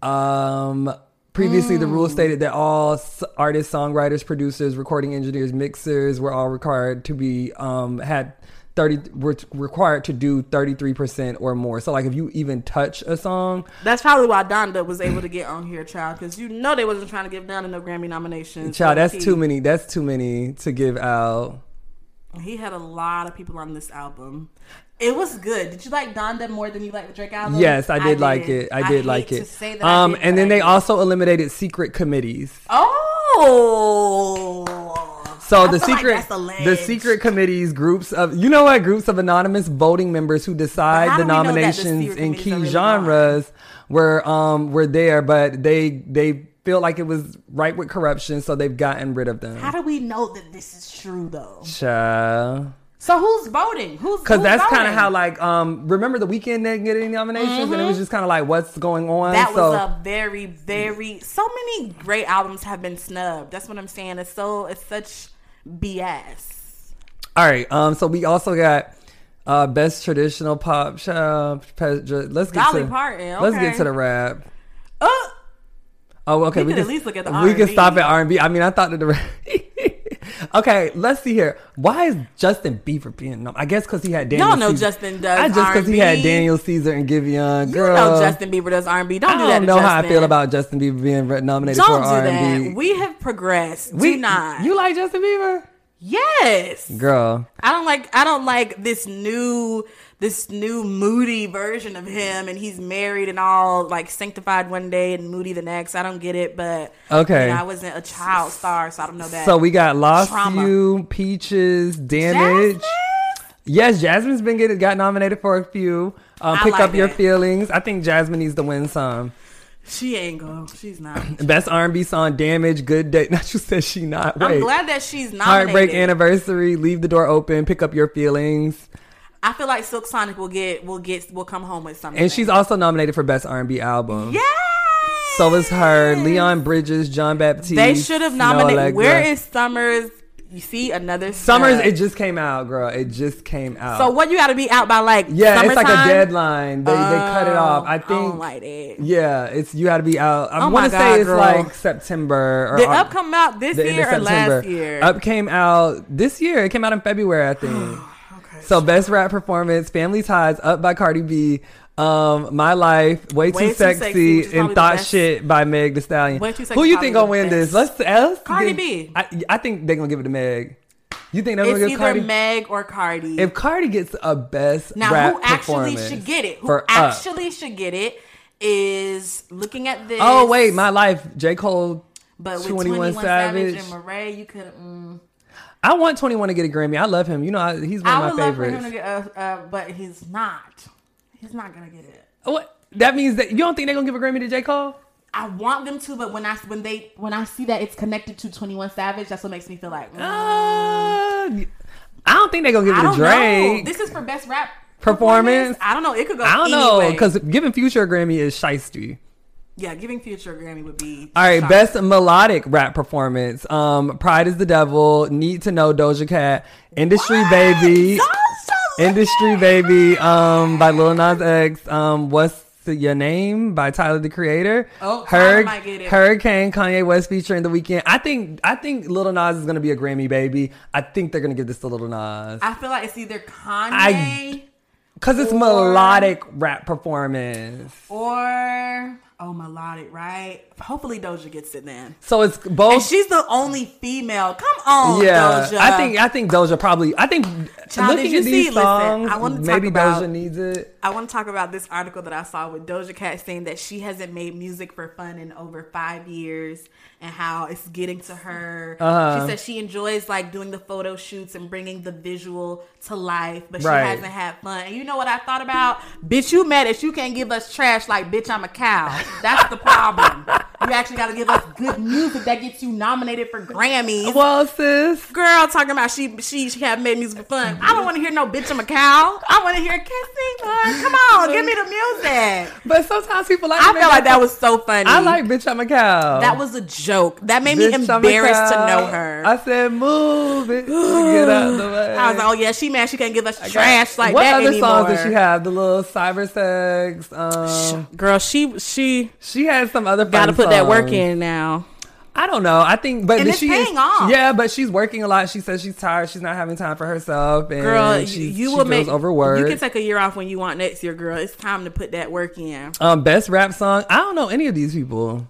[SPEAKER 3] Um, previously, the rule stated that all s- artists, songwriters, producers, recording engineers, mixers were all required to be um, had thirty were t- required to do thirty three percent or more. So, like if you even touch a song,
[SPEAKER 4] That's probably why Donda was able to get on here, child, because you know they wasn't trying to give Donda no Grammy nominations.
[SPEAKER 3] child, that's
[SPEAKER 4] He-
[SPEAKER 3] too many. That's too many to give out.
[SPEAKER 4] He had a lot of people on this album. It was good. Did you like Donda more than you liked the Drake album?
[SPEAKER 3] Yes, I did like it. I did
[SPEAKER 4] hate
[SPEAKER 3] like
[SPEAKER 4] to
[SPEAKER 3] it.
[SPEAKER 4] say that I
[SPEAKER 3] Um,
[SPEAKER 4] did,
[SPEAKER 3] and
[SPEAKER 4] but
[SPEAKER 3] then
[SPEAKER 4] I
[SPEAKER 3] they
[SPEAKER 4] did.
[SPEAKER 3] also eliminated secret committees.
[SPEAKER 4] Oh.
[SPEAKER 3] So
[SPEAKER 4] I
[SPEAKER 3] the
[SPEAKER 4] feel like
[SPEAKER 3] secret,
[SPEAKER 4] that's alleged.
[SPEAKER 3] the secret committees, groups of you know what, groups of anonymous voting members who
[SPEAKER 4] how
[SPEAKER 3] decide the
[SPEAKER 4] do we know that the
[SPEAKER 3] nominations
[SPEAKER 4] secret
[SPEAKER 3] in
[SPEAKER 4] committees
[SPEAKER 3] key
[SPEAKER 4] are really
[SPEAKER 3] genres were um were there, but they they feel like it was right with corruption, so they've gotten rid of them.
[SPEAKER 4] How do we know that this is true though?
[SPEAKER 3] Child.
[SPEAKER 4] So who's voting? Who's
[SPEAKER 3] Cause
[SPEAKER 4] who's
[SPEAKER 3] that's kind of
[SPEAKER 4] voting?
[SPEAKER 3] how like um remember the weekend didn't get any nominations and it was just kind of like what's going on.
[SPEAKER 4] Mm-hmm. That
[SPEAKER 3] so
[SPEAKER 4] was a very, very so many great albums have been snubbed. That's what I'm saying. It's so it's such BS.
[SPEAKER 3] all right, um so we also got uh best traditional pop child. pe- dr- Let's get
[SPEAKER 4] Dolly
[SPEAKER 3] to
[SPEAKER 4] Parton,
[SPEAKER 3] let's get
[SPEAKER 4] okay.
[SPEAKER 3] to the rap.
[SPEAKER 4] Oh,
[SPEAKER 3] Oh, okay.
[SPEAKER 4] We could at least look at the
[SPEAKER 3] We can
[SPEAKER 4] R&B.
[SPEAKER 3] stop at R and I mean, I thought that the. okay, let's see here. Why is Justin Bieber being? Nom- I guess because he had Daniel.
[SPEAKER 4] Y'all know
[SPEAKER 3] Caesar.
[SPEAKER 4] Justin does
[SPEAKER 3] I just because he had
[SPEAKER 4] R&B.
[SPEAKER 3] Daniel Caesar and Giveon. Girl,
[SPEAKER 4] you know Justin Bieber does R&B. Don't
[SPEAKER 3] I
[SPEAKER 4] do that.
[SPEAKER 3] don't
[SPEAKER 4] to
[SPEAKER 3] know how I
[SPEAKER 4] Justin.
[SPEAKER 3] feel about Justin Bieber being re- nominated for
[SPEAKER 4] Don't do
[SPEAKER 3] R and B.
[SPEAKER 4] that. We have progressed. do not.
[SPEAKER 3] You like Justin Bieber?
[SPEAKER 4] yes.
[SPEAKER 3] Girl,
[SPEAKER 4] I don't like I don't like this new this new moody version of him and he's married and all like sanctified one day and moody the next. I don't get it, but
[SPEAKER 3] Okay.
[SPEAKER 4] you know, I wasn't a child star, so I don't know that.
[SPEAKER 3] so we got Lost
[SPEAKER 4] Trauma.
[SPEAKER 3] You, Peaches, Damage.
[SPEAKER 4] Jasmine?
[SPEAKER 3] Yes, Jasmine's been getting got nominated for a few. Um,
[SPEAKER 4] I
[SPEAKER 3] pick
[SPEAKER 4] like
[SPEAKER 3] up your
[SPEAKER 4] that.
[SPEAKER 3] feelings. I think Jasmine needs to win some.
[SPEAKER 4] She ain't go. She's not.
[SPEAKER 3] Best R&B song, Damage, Good Day. Not you said she not. Wait.
[SPEAKER 4] I'm glad that she's nominated.
[SPEAKER 3] Heartbreak Anniversary, Leave the Door Open, Pick Up Your Feelings.
[SPEAKER 4] I feel like Silk Sonic will get will get will come home with something.
[SPEAKER 3] And she's also nominated for Best R&B Album.
[SPEAKER 4] yeah.
[SPEAKER 3] So is her, Leon Bridges, John Baptiste.
[SPEAKER 4] They should have
[SPEAKER 3] Noah
[SPEAKER 4] nominated. Where
[SPEAKER 3] Allegra.
[SPEAKER 4] is Summers? You see another
[SPEAKER 3] Summers,
[SPEAKER 4] snub.
[SPEAKER 3] it just came out, girl. It just came out.
[SPEAKER 4] so what you got to be out by like
[SPEAKER 3] yeah, it's like a
[SPEAKER 4] summertime?
[SPEAKER 3] deadline. They, they cut it off. I
[SPEAKER 4] Oh, I
[SPEAKER 3] think.
[SPEAKER 4] don't like that.
[SPEAKER 3] yeah, it's you got to be out. I
[SPEAKER 4] Oh my
[SPEAKER 3] want to
[SPEAKER 4] God,
[SPEAKER 3] say it's
[SPEAKER 4] girl.
[SPEAKER 3] like September or
[SPEAKER 4] Did
[SPEAKER 3] Oc-
[SPEAKER 4] Up come out this
[SPEAKER 3] the end
[SPEAKER 4] year
[SPEAKER 3] of
[SPEAKER 4] or
[SPEAKER 3] September.
[SPEAKER 4] last year?
[SPEAKER 3] Up came out this year. It came out in February, I think.
[SPEAKER 4] Oh,
[SPEAKER 3] So best rap performance, Family Ties, Up by Cardi B, um, My Life, Way,
[SPEAKER 4] Way
[SPEAKER 3] Too
[SPEAKER 4] Too
[SPEAKER 3] Sexy,
[SPEAKER 4] Sexy, which
[SPEAKER 3] and
[SPEAKER 4] is probably the
[SPEAKER 3] Thought
[SPEAKER 4] best.
[SPEAKER 3] Shit by Meg The Stallion.
[SPEAKER 4] Way Too Sexy
[SPEAKER 3] Who you
[SPEAKER 4] probably
[SPEAKER 3] think gonna
[SPEAKER 4] the
[SPEAKER 3] win this? Let's,
[SPEAKER 4] best.
[SPEAKER 3] let's
[SPEAKER 4] Cardi
[SPEAKER 3] give-
[SPEAKER 4] B.
[SPEAKER 3] I, I think they're gonna give it to Meg. You think they're
[SPEAKER 4] it's
[SPEAKER 3] gonna
[SPEAKER 4] either
[SPEAKER 3] give Cardi?
[SPEAKER 4] Meg or Cardi.
[SPEAKER 3] if Cardi gets a best
[SPEAKER 4] now,
[SPEAKER 3] rap
[SPEAKER 4] who actually
[SPEAKER 3] performance
[SPEAKER 4] should get it? Who
[SPEAKER 3] for Up.
[SPEAKER 4] actually should get it is looking at this.
[SPEAKER 3] Oh wait, My Life, J Cole.
[SPEAKER 4] But with
[SPEAKER 3] 21
[SPEAKER 4] 21, Savage,
[SPEAKER 3] Savage.
[SPEAKER 4] and Murray, you could. Mm,
[SPEAKER 3] I want Twenty One to get a Grammy. I love him. You know, I, he's one
[SPEAKER 4] I
[SPEAKER 3] of
[SPEAKER 4] would
[SPEAKER 3] my
[SPEAKER 4] love for
[SPEAKER 3] favorites.
[SPEAKER 4] him to get, uh, uh, but he's not. He's not gonna get it.
[SPEAKER 3] What? That means that you don't think they're gonna give a Grammy to J. Cole?
[SPEAKER 4] I want them to, but when I when they when I see that it's connected to Twenty One Savage, that's what makes me feel like. mm,
[SPEAKER 3] Uh, I don't think they're gonna give
[SPEAKER 4] I
[SPEAKER 3] it to
[SPEAKER 4] don't know.
[SPEAKER 3] Drake.
[SPEAKER 4] This is for best rap
[SPEAKER 3] Performance?
[SPEAKER 4] I don't know. It could go.
[SPEAKER 3] I don't know
[SPEAKER 4] anyway.
[SPEAKER 3] because giving Future a Grammy is shisty.
[SPEAKER 4] yeah, giving Future a Grammy would be
[SPEAKER 3] All right,
[SPEAKER 4] shocking.
[SPEAKER 3] best melodic rap performance. Um, Pride is the devil. Need to know Doja Cat. Industry
[SPEAKER 4] What?
[SPEAKER 3] baby.
[SPEAKER 4] Doja
[SPEAKER 3] Industry
[SPEAKER 4] Cat!
[SPEAKER 3] baby. Um, by Lil Nas X. Um, what's the- your name by Tyler the Creator?
[SPEAKER 4] Oh, Tyler
[SPEAKER 3] Hur-
[SPEAKER 4] might get it.
[SPEAKER 3] Hurricane Kanye West featuring the weekend. I think I think Lil Nas is gonna be a Grammy baby. I think they're gonna give this to Lil Nas.
[SPEAKER 4] I feel like it's either Kanye
[SPEAKER 3] I- Cause it's melodic rap performance.
[SPEAKER 4] or Oh, melodic, right? Hopefully Doja gets it then.
[SPEAKER 3] So it's
[SPEAKER 4] And
[SPEAKER 3] both.
[SPEAKER 4] she's the only female. Come on,
[SPEAKER 3] Oh. yeah,
[SPEAKER 4] Doja.
[SPEAKER 3] I think I think Doja probably. I think
[SPEAKER 4] Child,
[SPEAKER 3] looking
[SPEAKER 4] did you
[SPEAKER 3] at these
[SPEAKER 4] see- listen,
[SPEAKER 3] songs,
[SPEAKER 4] I wanna talk
[SPEAKER 3] maybe
[SPEAKER 4] about-
[SPEAKER 3] Doja needs it.
[SPEAKER 4] I want to talk about this article that I saw with Doja Cat saying that she hasn't made music for fun in over five years and how it's getting to her.
[SPEAKER 3] Uh-huh.
[SPEAKER 4] She says she enjoys like doing the photo shoots and bringing the visual to life, but
[SPEAKER 3] Right.
[SPEAKER 4] she hasn't had fun. And you know what I thought about? Bitch, you mad if you can't give us trash like bitch, I'm a cow. That's the problem. you actually got to give us good music that gets you nominated for Grammys
[SPEAKER 3] Well, sis,
[SPEAKER 4] girl talking about she she she had made music for fun. I don't want to hear no bitch I'm a cow. I want to hear kissing. Hun. Come on, give me the music.
[SPEAKER 3] but sometimes people like.
[SPEAKER 4] I
[SPEAKER 3] to make
[SPEAKER 4] felt like that was so funny.
[SPEAKER 3] I like bitch. I'm a cow.
[SPEAKER 4] that was a joke. That made me
[SPEAKER 3] Bitch, I'm a
[SPEAKER 4] embarrassed to
[SPEAKER 3] cow.
[SPEAKER 4] know her. I,
[SPEAKER 3] I said, move it. Get out the way.
[SPEAKER 4] was like, oh yeah, she mad. She can't give us trash like
[SPEAKER 3] what
[SPEAKER 4] that
[SPEAKER 3] other
[SPEAKER 4] anymore.
[SPEAKER 3] songs did she have? The little cyber sex. Um,
[SPEAKER 4] Girl, she she
[SPEAKER 3] she had some other.
[SPEAKER 4] got to
[SPEAKER 3] fun
[SPEAKER 4] put that work
[SPEAKER 3] songs.
[SPEAKER 4] in now.
[SPEAKER 3] I don't know. I think, but
[SPEAKER 4] And
[SPEAKER 3] then
[SPEAKER 4] it's
[SPEAKER 3] she is-
[SPEAKER 4] paying off.
[SPEAKER 3] Yeah, but she's working a lot. She says she's tired. She's not having time for herself, and she,
[SPEAKER 4] Girl, you,
[SPEAKER 3] she
[SPEAKER 4] you will
[SPEAKER 3] feels
[SPEAKER 4] make
[SPEAKER 3] overworked.
[SPEAKER 4] You can take a year off when you want next year, girl. It's time to put that work in.
[SPEAKER 3] um, best rap song. I don't know any of these people.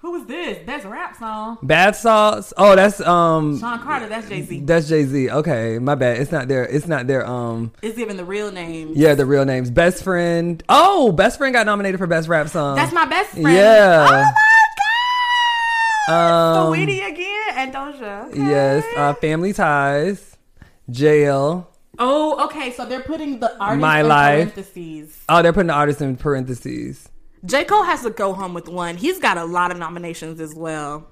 [SPEAKER 4] Who was this? That's a rap song.
[SPEAKER 3] Bad sauce. Oh, that's um,
[SPEAKER 4] Sean Carter. That's Jay Z.
[SPEAKER 3] that's Jay Z. Okay, my bad. It's not their. It's not their. Um,
[SPEAKER 4] It's giving the real name.
[SPEAKER 3] yeah, the real names. Best friend. Oh, best friend got nominated for best rap song.
[SPEAKER 4] That's my best friend.
[SPEAKER 3] Yeah.
[SPEAKER 4] Oh my god.
[SPEAKER 3] Um,
[SPEAKER 4] Um, again and Doja. Okay.
[SPEAKER 3] Yes, uh, Family Ties, Jail.
[SPEAKER 4] oh, okay. So they're putting the artist
[SPEAKER 3] My
[SPEAKER 4] in
[SPEAKER 3] Life.
[SPEAKER 4] parentheses.
[SPEAKER 3] Oh, they're putting the artist in parentheses.
[SPEAKER 4] J. Cole has to go home with one. He's got a lot of nominations as well.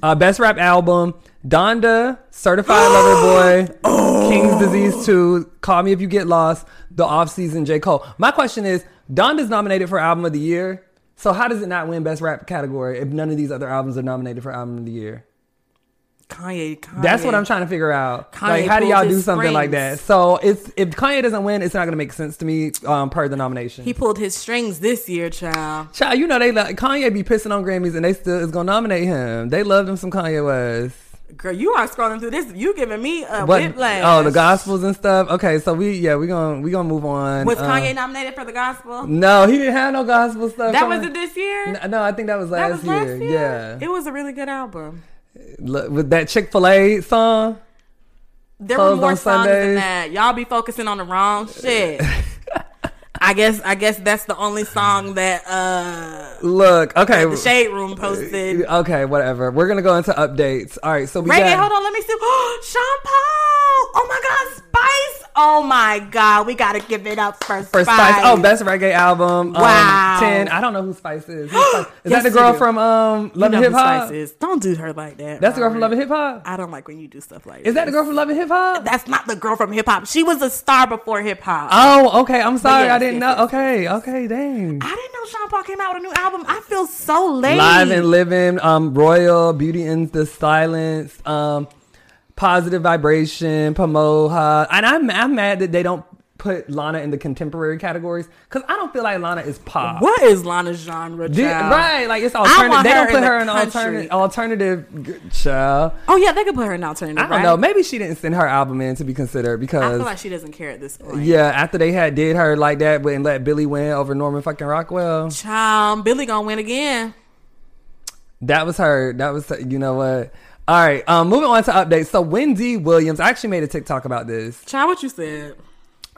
[SPEAKER 3] Uh, best rap album, Donda, Certified Lover Boy,
[SPEAKER 4] Oh.
[SPEAKER 3] King's Disease 2, Call Me If You Get Lost, The Off Season, J. Cole. My question is, Donda's nominated for Album of the Year, so how does it not win Best Rap category if none of these other albums are nominated for Album of the Year?
[SPEAKER 4] Kanye, Kanye.
[SPEAKER 3] That's what I'm trying to figure out.
[SPEAKER 4] Kanye
[SPEAKER 3] like, how do
[SPEAKER 4] pulled
[SPEAKER 3] y'all do
[SPEAKER 4] his
[SPEAKER 3] something like that?
[SPEAKER 4] strings.
[SPEAKER 3] So it's if Kanye doesn't win, it's not going to make sense to me um, per the nomination.
[SPEAKER 4] He pulled his strings this year, child.
[SPEAKER 3] Child, you know they like Kanye be pissing on Grammys and they still is gonna nominate him. They love him some Kanye West.
[SPEAKER 4] Girl, you are scrolling through this. You giving me a
[SPEAKER 3] What?
[SPEAKER 4] whiplash.
[SPEAKER 3] Oh, the gospels and stuff. Okay, so we yeah we gonna we gonna move on.
[SPEAKER 4] Was
[SPEAKER 3] Um,
[SPEAKER 4] Kanye nominated for the gospel?
[SPEAKER 3] no, he didn't have no gospel stuff.
[SPEAKER 4] That
[SPEAKER 3] Come
[SPEAKER 4] wasn't
[SPEAKER 3] on.
[SPEAKER 4] this year.
[SPEAKER 3] N- No, I think that was
[SPEAKER 4] that
[SPEAKER 3] last,
[SPEAKER 4] was last year.
[SPEAKER 3] Yeah,
[SPEAKER 4] It was a really good album.
[SPEAKER 3] Look, with that Chick Fil A song.
[SPEAKER 4] There were
[SPEAKER 3] Closed
[SPEAKER 4] more
[SPEAKER 3] on
[SPEAKER 4] songs
[SPEAKER 3] Sundays.
[SPEAKER 4] than that. Y'all be focusing on the wrong shit. I guess I guess that's the only song that uh
[SPEAKER 3] Look, okay,
[SPEAKER 4] the Shade Room posted.
[SPEAKER 3] okay, whatever. We're gonna go into updates. All right, so we
[SPEAKER 4] Reggae,
[SPEAKER 3] got
[SPEAKER 4] hold on, let me see. Sean Paul. Oh my god, Spice. Oh my god, we gotta give it up for,
[SPEAKER 3] for Spice. Oh, best reggae album. um,
[SPEAKER 4] Wow.
[SPEAKER 3] ten. I don't know who Spice is. Who's Spice? Is that
[SPEAKER 4] Yes,
[SPEAKER 3] the
[SPEAKER 4] you
[SPEAKER 3] girl
[SPEAKER 4] do.
[SPEAKER 3] from um
[SPEAKER 4] You
[SPEAKER 3] Love and
[SPEAKER 4] know who
[SPEAKER 3] Hip Hop?
[SPEAKER 4] Spice is. Don't do her like that.
[SPEAKER 3] That's the girl from Love
[SPEAKER 4] Robert.
[SPEAKER 3] and Hip Hop.
[SPEAKER 4] I don't like when you do stuff like
[SPEAKER 3] Is that the girl from Love and Hip Hop?
[SPEAKER 4] That's not the girl from hip hop. She was a star before hip hop.
[SPEAKER 3] Oh, okay. I'm sorry.
[SPEAKER 4] yes,
[SPEAKER 3] I didn't
[SPEAKER 4] yes,
[SPEAKER 3] know.
[SPEAKER 4] yes,
[SPEAKER 3] okay. Okay. Dang.
[SPEAKER 4] I didn't know Sean Paul came out with a new album. I feel so late.
[SPEAKER 3] Live and living. Um, royal beauty in the silence. Um, positive vibration. Pamoha. And I'm I'm mad that they don't put Lana in the contemporary categories because I don't feel like Lana is pop.
[SPEAKER 4] What is Lana's genre?
[SPEAKER 3] Did-
[SPEAKER 4] child?
[SPEAKER 3] right, like it's alternative.
[SPEAKER 4] want
[SPEAKER 3] They
[SPEAKER 4] her
[SPEAKER 3] don't
[SPEAKER 4] in
[SPEAKER 3] put
[SPEAKER 4] the
[SPEAKER 3] her in alternative.
[SPEAKER 4] country.
[SPEAKER 3] Alternative, g- child.
[SPEAKER 4] Oh yeah, they could put her in alternative.
[SPEAKER 3] I don't
[SPEAKER 4] right?
[SPEAKER 3] know. Maybe she didn't send her album in to be considered
[SPEAKER 4] I
[SPEAKER 3] because
[SPEAKER 4] feel like she doesn't care at this point.
[SPEAKER 3] yeah, after they had did her like that and let Billy win over Norman fucking Rockwell.
[SPEAKER 4] Child, Billy gonna win again.
[SPEAKER 3] That was her. That was you know what. All right, um, moving on to updates. So Wendy Williams, I actually made a TikTok about this.
[SPEAKER 4] Child, what you said?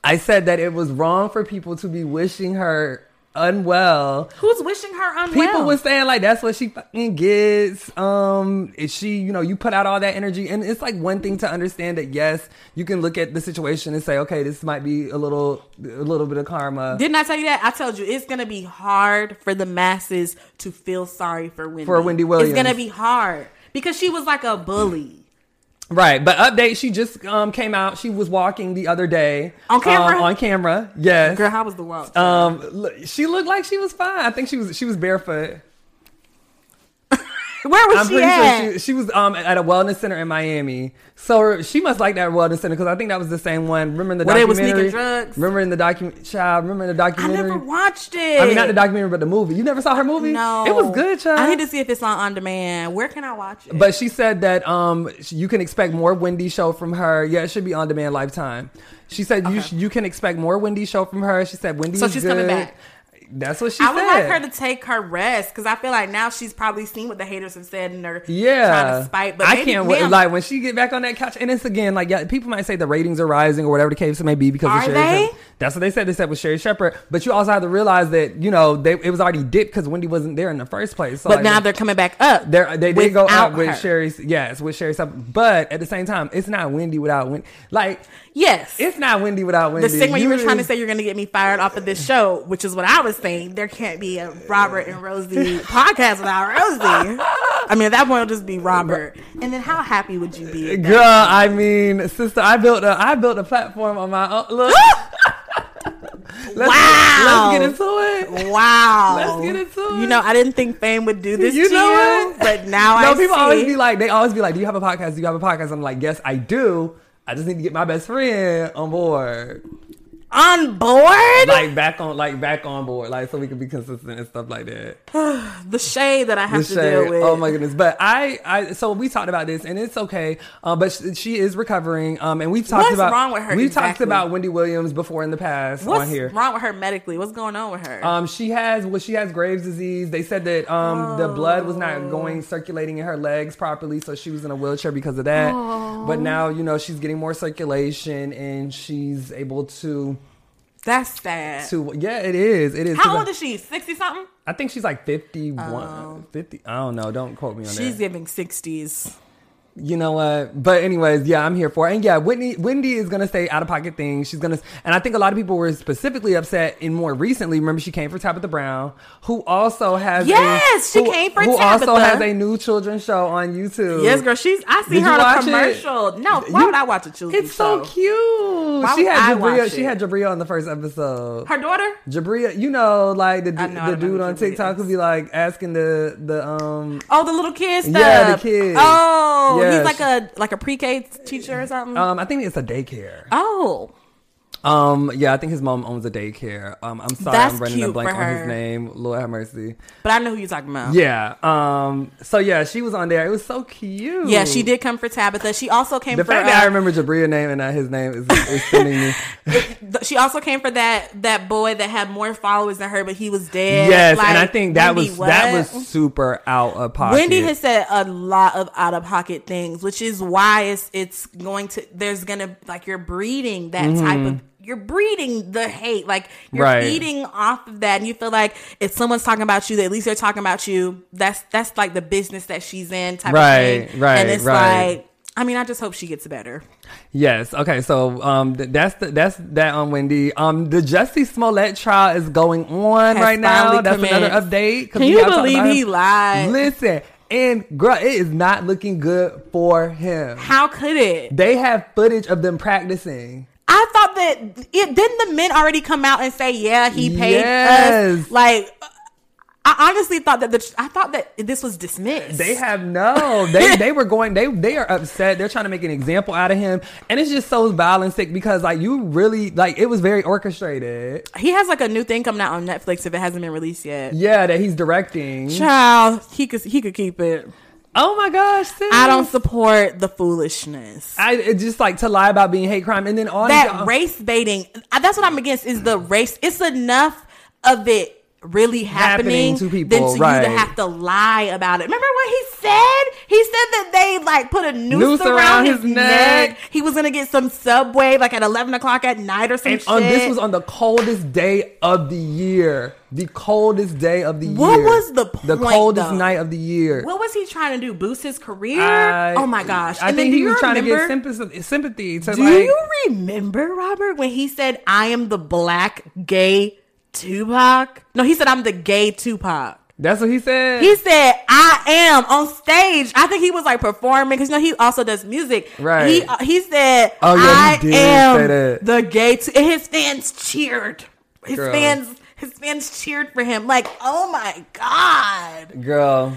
[SPEAKER 3] I said that it was wrong for people to be wishing her unwell.
[SPEAKER 4] Who's wishing her unwell?
[SPEAKER 3] People were saying like that's what she fucking gets. Um, is she you know you put out all that energy and it's like one thing to understand that yes you can look at the situation and say okay this might be a little a little bit of karma.
[SPEAKER 4] Didn't I tell you that? I told you it's gonna be hard for the masses to feel sorry for Wendy.
[SPEAKER 3] For Wendy Williams.
[SPEAKER 4] it's gonna be hard because she was like a bully.
[SPEAKER 3] Right, but update. She just um came out. She was walking the other day
[SPEAKER 4] On camera?
[SPEAKER 3] Um, on camera, yes.
[SPEAKER 4] Girl, how was the walk?
[SPEAKER 3] Um, look, she looked like she was fine. I think she was she was barefoot.
[SPEAKER 4] Where was
[SPEAKER 3] I'm
[SPEAKER 4] she
[SPEAKER 3] pretty
[SPEAKER 4] at?
[SPEAKER 3] sure she, she was um at a wellness center in Miami. So she must like that wellness center because I think that was the same one. Remember in the
[SPEAKER 4] Where they was
[SPEAKER 3] documentary?
[SPEAKER 4] sneaking drugs?
[SPEAKER 3] Remember in the document? Child, remember in the
[SPEAKER 4] I
[SPEAKER 3] documentary?
[SPEAKER 4] never watched it.
[SPEAKER 3] I mean, not the documentary, but the movie. You never saw her movie?
[SPEAKER 4] No,
[SPEAKER 3] it was good, child.
[SPEAKER 4] I need to see if it's on on demand. Where can I watch it?
[SPEAKER 3] But she said that um, sh- you can expect more Wendy show from her. Yeah, it should be on demand Lifetime. She said you sh- you can expect more Wendy show from her. She said Wendy.
[SPEAKER 4] So
[SPEAKER 3] is
[SPEAKER 4] she's
[SPEAKER 3] good.
[SPEAKER 4] coming back.
[SPEAKER 3] That's what she
[SPEAKER 4] I would
[SPEAKER 3] said.
[SPEAKER 4] like her to take her rest because I feel like now she's probably seen what the haters have said and they're
[SPEAKER 3] yeah,
[SPEAKER 4] trying to spite. But
[SPEAKER 3] I
[SPEAKER 4] maybe
[SPEAKER 3] can't wait.
[SPEAKER 4] them-
[SPEAKER 3] Like when she get back on that couch, and it's again like yeah, people might say the ratings are rising or whatever the case may be because
[SPEAKER 4] Are
[SPEAKER 3] of Sherry.
[SPEAKER 4] they?
[SPEAKER 3] Shepherd. That's what they said. They said with Sherry Shepherd, but you also have to realize that you know they, it was already dipped because Wendy wasn't there in the first place. So
[SPEAKER 4] but
[SPEAKER 3] like,
[SPEAKER 4] now they're coming back up.
[SPEAKER 3] There, they did go out
[SPEAKER 4] without
[SPEAKER 3] with
[SPEAKER 4] her.
[SPEAKER 3] Sherry's, yes, with Sherry's stuff. But at the same time, it's not Wendy without Wendy. Like,
[SPEAKER 4] Yes.
[SPEAKER 3] it's not Wendy without Wendy.
[SPEAKER 4] the segment you were trying to
[SPEAKER 3] just-
[SPEAKER 4] say you're going to get me fired off of this show, which is what I was saying. There can't be a Robert and Rosie podcast without Rosie. I mean, at that point, it'll just be Robert. And then how happy would you be? at that?
[SPEAKER 3] Girl, I mean, sister, I built a I built a platform on my own. Look, let's,
[SPEAKER 4] Wow.
[SPEAKER 3] let's get into it.
[SPEAKER 4] Wow.
[SPEAKER 3] Let's get into it.
[SPEAKER 4] You know, I didn't think fame would do this
[SPEAKER 3] You
[SPEAKER 4] to
[SPEAKER 3] know
[SPEAKER 4] you,
[SPEAKER 3] what?
[SPEAKER 4] but now
[SPEAKER 3] No,
[SPEAKER 4] Oh, I
[SPEAKER 3] people
[SPEAKER 4] see.
[SPEAKER 3] always be like, they always be like, "Do you have a podcast? Do you have a podcast?" I'm like, "Yes, I do. I just need to get my best friend on board,
[SPEAKER 4] on board.
[SPEAKER 3] like back on, like back on board, like so we can be consistent and stuff like that."
[SPEAKER 4] the shade that I have to
[SPEAKER 3] the shade.
[SPEAKER 4] deal with.
[SPEAKER 3] Oh my goodness! But I, I, so we talked about this, and it's okay. Um, but she, she is recovering. Um, and we've talked
[SPEAKER 4] What's
[SPEAKER 3] about
[SPEAKER 4] wrong with her
[SPEAKER 3] We've talked
[SPEAKER 4] exactly?
[SPEAKER 3] about Wendy Williams before in the past
[SPEAKER 4] What's
[SPEAKER 3] on here.
[SPEAKER 4] wrong with her medically? What's going on with her?
[SPEAKER 3] Um, she has well, she has Graves' disease. They said that um, the blood was
[SPEAKER 4] Oh.
[SPEAKER 3] not going circulating in her legs properly, so she was in a wheelchair because of that.
[SPEAKER 4] Oh.
[SPEAKER 3] But now you know she's getting more circulation, and she's able to
[SPEAKER 4] That's sad.
[SPEAKER 3] to yeah, it is it is.
[SPEAKER 4] How old Oh. is she? Sixty something?
[SPEAKER 3] I think she's like 51, 50. I don't know. Don't quote me on that.
[SPEAKER 4] She's giving
[SPEAKER 3] Uh,
[SPEAKER 4] sixties.
[SPEAKER 3] you know what? But anyways, yeah, I'm here for it. And yeah, Whitney Wendy is gonna say out of pocket things. She's gonna and I think a lot of people were specifically upset and more recently. Remember she came for Tabitha Brown, who also has
[SPEAKER 4] Yes,
[SPEAKER 3] a,
[SPEAKER 4] she came for
[SPEAKER 3] who also
[SPEAKER 4] Tabitha.
[SPEAKER 3] has a new children's show on YouTube.
[SPEAKER 4] Yes, girl. She's. I see
[SPEAKER 3] Did
[SPEAKER 4] her
[SPEAKER 3] you
[SPEAKER 4] on a
[SPEAKER 3] watch it?
[SPEAKER 4] commercial. No, why
[SPEAKER 3] You-
[SPEAKER 4] would I watch a children's
[SPEAKER 3] It's
[SPEAKER 4] show?
[SPEAKER 3] so cute. she
[SPEAKER 4] would I
[SPEAKER 3] had
[SPEAKER 4] watch
[SPEAKER 3] Jabria she
[SPEAKER 4] it?
[SPEAKER 3] had Jabria on the first episode.
[SPEAKER 4] Her daughter.
[SPEAKER 3] Jabria, you know, like the,
[SPEAKER 4] I know, I
[SPEAKER 3] the
[SPEAKER 4] don't know
[SPEAKER 3] dude
[SPEAKER 4] who
[SPEAKER 3] on
[SPEAKER 4] Jabria
[SPEAKER 3] TikTok
[SPEAKER 4] is.
[SPEAKER 3] who be like asking the the um
[SPEAKER 4] Oh, the little kids. Stuff.
[SPEAKER 3] Yeah, the kids.
[SPEAKER 4] Oh,
[SPEAKER 3] Yeah,
[SPEAKER 4] he's like
[SPEAKER 3] she-
[SPEAKER 4] a like a pre-K teacher or something.
[SPEAKER 3] um I think it's a daycare.
[SPEAKER 4] oh,
[SPEAKER 3] Um, yeah, I think his mom owns a daycare. Um, I'm sorry,
[SPEAKER 4] That's
[SPEAKER 3] I'm running a
[SPEAKER 4] cute
[SPEAKER 3] blank
[SPEAKER 4] for
[SPEAKER 3] on his
[SPEAKER 4] her.
[SPEAKER 3] name. Lord have mercy.
[SPEAKER 4] but I know who you're talking about.
[SPEAKER 3] Yeah. Um. So yeah, she was on there. It was so cute.
[SPEAKER 4] Yeah, she did come for Tabitha. She also came
[SPEAKER 3] The
[SPEAKER 4] for
[SPEAKER 3] fact that I
[SPEAKER 4] uh,
[SPEAKER 3] remember Jabria's name and not his name is, is sending me.
[SPEAKER 4] th- she also came for that that boy that had more followers than her, but he was dead.
[SPEAKER 3] Yes,
[SPEAKER 4] Like,
[SPEAKER 3] and I think that
[SPEAKER 4] Wendy,
[SPEAKER 3] was that
[SPEAKER 4] what?
[SPEAKER 3] was super out of pocket.
[SPEAKER 4] Wendy has said a lot of out of pocket things, which is why it's it's going to there's gonna like you're breeding that type of you're breeding the hate, like you're
[SPEAKER 3] Mm-hmm. Right.
[SPEAKER 4] feeding off of that, and you feel like if someone's talking about you, at least they're talking about you. That's that's like the business that she's in, type
[SPEAKER 3] Right,
[SPEAKER 4] of thing.
[SPEAKER 3] right,
[SPEAKER 4] and it's
[SPEAKER 3] right.
[SPEAKER 4] like. I mean, I just hope she gets better.
[SPEAKER 3] Yes. Okay. So um, th- that's the, that's that on Wendy. Um, the Jesse Smollett trial is going on
[SPEAKER 4] Has
[SPEAKER 3] right now.
[SPEAKER 4] finally
[SPEAKER 3] That's another
[SPEAKER 4] commenced.
[SPEAKER 3] update. 'cause
[SPEAKER 4] Can
[SPEAKER 3] we
[SPEAKER 4] you
[SPEAKER 3] have talked
[SPEAKER 4] believe
[SPEAKER 3] about
[SPEAKER 4] he
[SPEAKER 3] him.
[SPEAKER 4] lied?
[SPEAKER 3] Listen, and girl, it is not looking good for him.
[SPEAKER 4] How could it?
[SPEAKER 3] They have footage of them practicing.
[SPEAKER 4] I thought that it, didn't the men already come out and say, "Yeah, he paid
[SPEAKER 3] Yes.
[SPEAKER 4] us." Like, I honestly thought that the I thought that this was dismissed.
[SPEAKER 3] They have no. They they were going. They they are upset. They're trying to make an example out of him, and it's just so violent sick because like you really like it was very orchestrated.
[SPEAKER 4] he has like a new thing coming out on Netflix if it hasn't been released yet.
[SPEAKER 3] Yeah, that he's directing.
[SPEAKER 4] Child, he could he could keep it.
[SPEAKER 3] Oh my gosh, sis.
[SPEAKER 4] I don't support the foolishness.
[SPEAKER 3] I it's just like to lie about being hate crime, and then all these
[SPEAKER 4] that
[SPEAKER 3] y'all-
[SPEAKER 4] race baiting I- that's what i'm against is the race it's enough of it really happening,
[SPEAKER 3] Happening to people,
[SPEAKER 4] than to
[SPEAKER 3] right.
[SPEAKER 4] you to have to lie about it remember what he said he said that they like put a noose,
[SPEAKER 3] Noose
[SPEAKER 4] around,
[SPEAKER 3] around
[SPEAKER 4] his,
[SPEAKER 3] his
[SPEAKER 4] neck.
[SPEAKER 3] neck.
[SPEAKER 4] he was gonna get some subway like at 11 o'clock at night or some
[SPEAKER 3] And
[SPEAKER 4] shit
[SPEAKER 3] on, this was on the coldest day of the year. The coldest day of the
[SPEAKER 4] What
[SPEAKER 3] year.
[SPEAKER 4] was the
[SPEAKER 3] The
[SPEAKER 4] point,
[SPEAKER 3] coldest
[SPEAKER 4] though?
[SPEAKER 3] night of the year.
[SPEAKER 4] what was he trying to do boost his career
[SPEAKER 3] I-
[SPEAKER 4] oh my gosh
[SPEAKER 3] I
[SPEAKER 4] and
[SPEAKER 3] think
[SPEAKER 4] then do
[SPEAKER 3] he
[SPEAKER 4] you
[SPEAKER 3] was trying to
[SPEAKER 4] remember-
[SPEAKER 3] get sympathy, sympathy to
[SPEAKER 4] Do
[SPEAKER 3] like.
[SPEAKER 4] you remember, Robert, when he said, I am the black gay Tupac? No, he said, I'm the gay Tupac.
[SPEAKER 3] That's what he said.
[SPEAKER 4] He said, I am on stage. I think he was like performing because, you know, he also does music.
[SPEAKER 3] Right.
[SPEAKER 4] He, uh, he said,
[SPEAKER 3] Oh, yeah, he
[SPEAKER 4] I
[SPEAKER 3] did
[SPEAKER 4] am
[SPEAKER 3] say that.
[SPEAKER 4] the gay Tu-" And his fans cheered. His
[SPEAKER 3] Girl.
[SPEAKER 4] fans. His fans cheered for him, like, "Oh my god!"
[SPEAKER 3] Girl,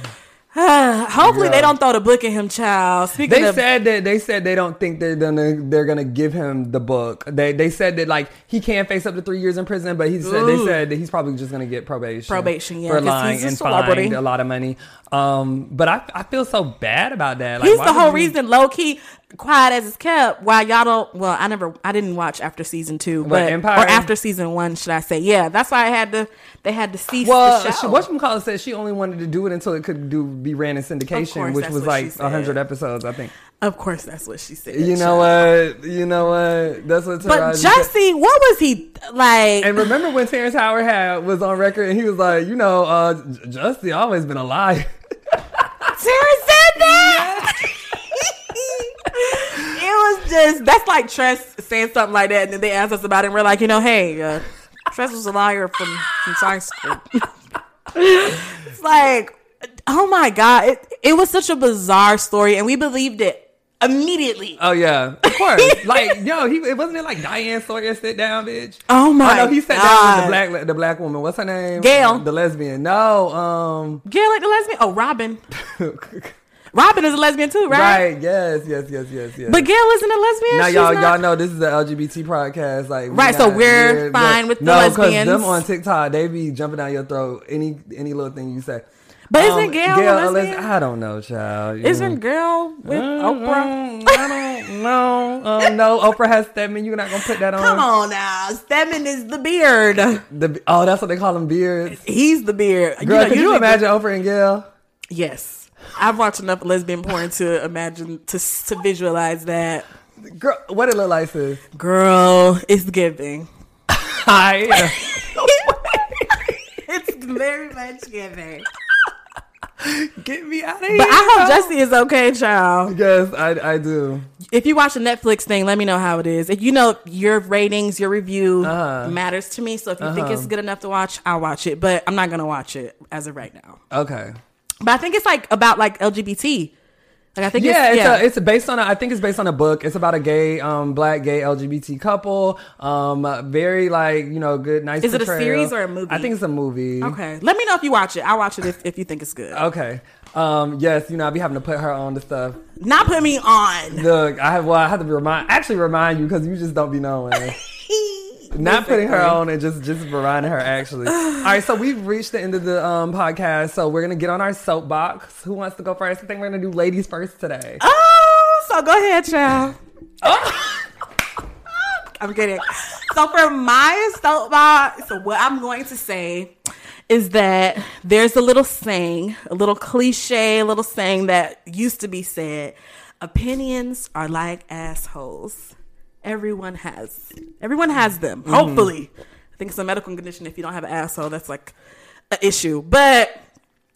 [SPEAKER 4] Hopefully,
[SPEAKER 3] Yeah.
[SPEAKER 4] they don't throw the book at him, child. Speaking
[SPEAKER 3] they
[SPEAKER 4] of,
[SPEAKER 3] said that they said they don't think they're gonna they're gonna give him the book. They they said that like he can face up to three years in prison, but he said they
[SPEAKER 4] Ooh.
[SPEAKER 3] said that he's probably just gonna get probation.
[SPEAKER 4] Probation, yeah,
[SPEAKER 3] for
[SPEAKER 4] 'cause
[SPEAKER 3] lying
[SPEAKER 4] he's a
[SPEAKER 3] and
[SPEAKER 4] celebrity.
[SPEAKER 3] fined a lot of money. Um, but I I feel so bad about that. Like,
[SPEAKER 4] He's
[SPEAKER 3] why
[SPEAKER 4] the
[SPEAKER 3] would
[SPEAKER 4] whole
[SPEAKER 3] you-
[SPEAKER 4] reason, low key. quiet as it's kept while y'all don't well i never i didn't watch after season two but
[SPEAKER 3] Empire-
[SPEAKER 4] or after season one should i say yeah that's why i had to they had to cease
[SPEAKER 3] Well,
[SPEAKER 4] the
[SPEAKER 3] she,
[SPEAKER 4] show
[SPEAKER 3] whatchamacallit said she only wanted to do it until it could do be ran in
[SPEAKER 4] Of
[SPEAKER 3] syndication,
[SPEAKER 4] course,
[SPEAKER 3] which
[SPEAKER 4] that's
[SPEAKER 3] was
[SPEAKER 4] what she
[SPEAKER 3] like
[SPEAKER 4] said.
[SPEAKER 3] hundred episodes, I think.
[SPEAKER 4] of course that's what she said
[SPEAKER 3] You know what? You know what? That's what.
[SPEAKER 4] but
[SPEAKER 3] Taraji said.
[SPEAKER 4] jesse what was he like
[SPEAKER 3] And remember when Terrence Howard had was on record and he was like, you know, uh, J- Justy always been a liar.
[SPEAKER 4] Sarah said that. it was just that's like Tress saying something like that, and then they asked us about it, and we're like, you know, hey, uh, Tress was a liar from from science school. it's like, oh my god, it it was such a bizarre story, and we believed it immediately.
[SPEAKER 3] Oh yeah, of course. like yo, he it wasn't it like Diane Sawyer sit down, bitch.
[SPEAKER 4] Oh, my
[SPEAKER 3] no, he sat down with the
[SPEAKER 4] God.
[SPEAKER 3] black la- the black woman. What's her name? Um,
[SPEAKER 4] Gail.
[SPEAKER 3] the lesbian. No, um,
[SPEAKER 4] Gail like the lesbian. Oh, Robin. Robin is a lesbian too, right?
[SPEAKER 3] right. Yes, yes, yes, yes, yes.
[SPEAKER 4] But Gail isn't a lesbian.
[SPEAKER 3] now
[SPEAKER 4] She's
[SPEAKER 3] y'all
[SPEAKER 4] not-
[SPEAKER 3] y'all know this is the LGBT podcast, like we
[SPEAKER 4] Right, so
[SPEAKER 3] not-
[SPEAKER 4] we're
[SPEAKER 3] but-
[SPEAKER 4] fine with the
[SPEAKER 3] no, 'cause
[SPEAKER 4] lesbians.
[SPEAKER 3] them on TikTok, they be jumping down your throat any any little thing you say.
[SPEAKER 4] But
[SPEAKER 3] Um,
[SPEAKER 4] isn't Gail,
[SPEAKER 3] Gail
[SPEAKER 4] a
[SPEAKER 3] a les-
[SPEAKER 4] lesbian?
[SPEAKER 3] I don't know, child. You know.
[SPEAKER 4] Isn't Gail with Oprah?
[SPEAKER 3] Mm, I don't know. Um, no, Oprah has Stedman. You're not gonna put that on.
[SPEAKER 4] Come on now, Stedman is the beard.
[SPEAKER 3] The, oh, that's what they call them beards.
[SPEAKER 4] He's the beard.
[SPEAKER 3] Girl, could you
[SPEAKER 4] usually-
[SPEAKER 3] imagine Oprah and Gail?
[SPEAKER 4] yes, I've watched enough lesbian porn to imagine to to visualize that.
[SPEAKER 3] Girl, what it look like, sis?
[SPEAKER 4] Girl, it's giving.
[SPEAKER 3] Hi.
[SPEAKER 4] It's very much giving.
[SPEAKER 3] Get me out of here.
[SPEAKER 4] But I hope Jesse is okay, child.
[SPEAKER 3] Yes, I, I do.
[SPEAKER 4] If you watch the Netflix thing, let me know how it is. If you know your ratings, your review
[SPEAKER 3] Uh-huh.
[SPEAKER 4] matters to me. So if you think it's good enough to watch, I'll watch it. But I'm not gonna watch it as of right now.
[SPEAKER 3] Okay.
[SPEAKER 4] But I think it's like about like LGBT. Like I think
[SPEAKER 3] Yeah,
[SPEAKER 4] it's,
[SPEAKER 3] it's,
[SPEAKER 4] yeah.
[SPEAKER 3] A, it's based on. A, I think it's based on a book. It's about a gay, um, black, gay LGBT couple. Um, very like you know, good, nice.
[SPEAKER 4] Is it a
[SPEAKER 3] portrayal.
[SPEAKER 4] series or a movie?
[SPEAKER 3] I think it's a movie.
[SPEAKER 4] Okay. Let me know if you watch it. I'll watch it if, if you think it's good.
[SPEAKER 3] Okay. Um, yes, you know, I be having to put her on the stuff.
[SPEAKER 4] Not put me on.
[SPEAKER 3] Look, I have. Well, I have to remind, actually remind you because you just don't be knowing. Not putting her on and just just reminding her actually. All right, so we've reached the end of the um, podcast, so we're gonna get on our soapbox. Who wants to go first? I think we're gonna do ladies first today.
[SPEAKER 4] Oh, so go ahead, child. I'm kidding. So for my soapbox, so what I'm going to say is that there's a little saying, a little cliche, a little saying that used to be said: opinions are like assholes. Everyone has. Everyone has them. Hopefully, I think it's a medical condition. If you don't have an asshole, that's like an issue. But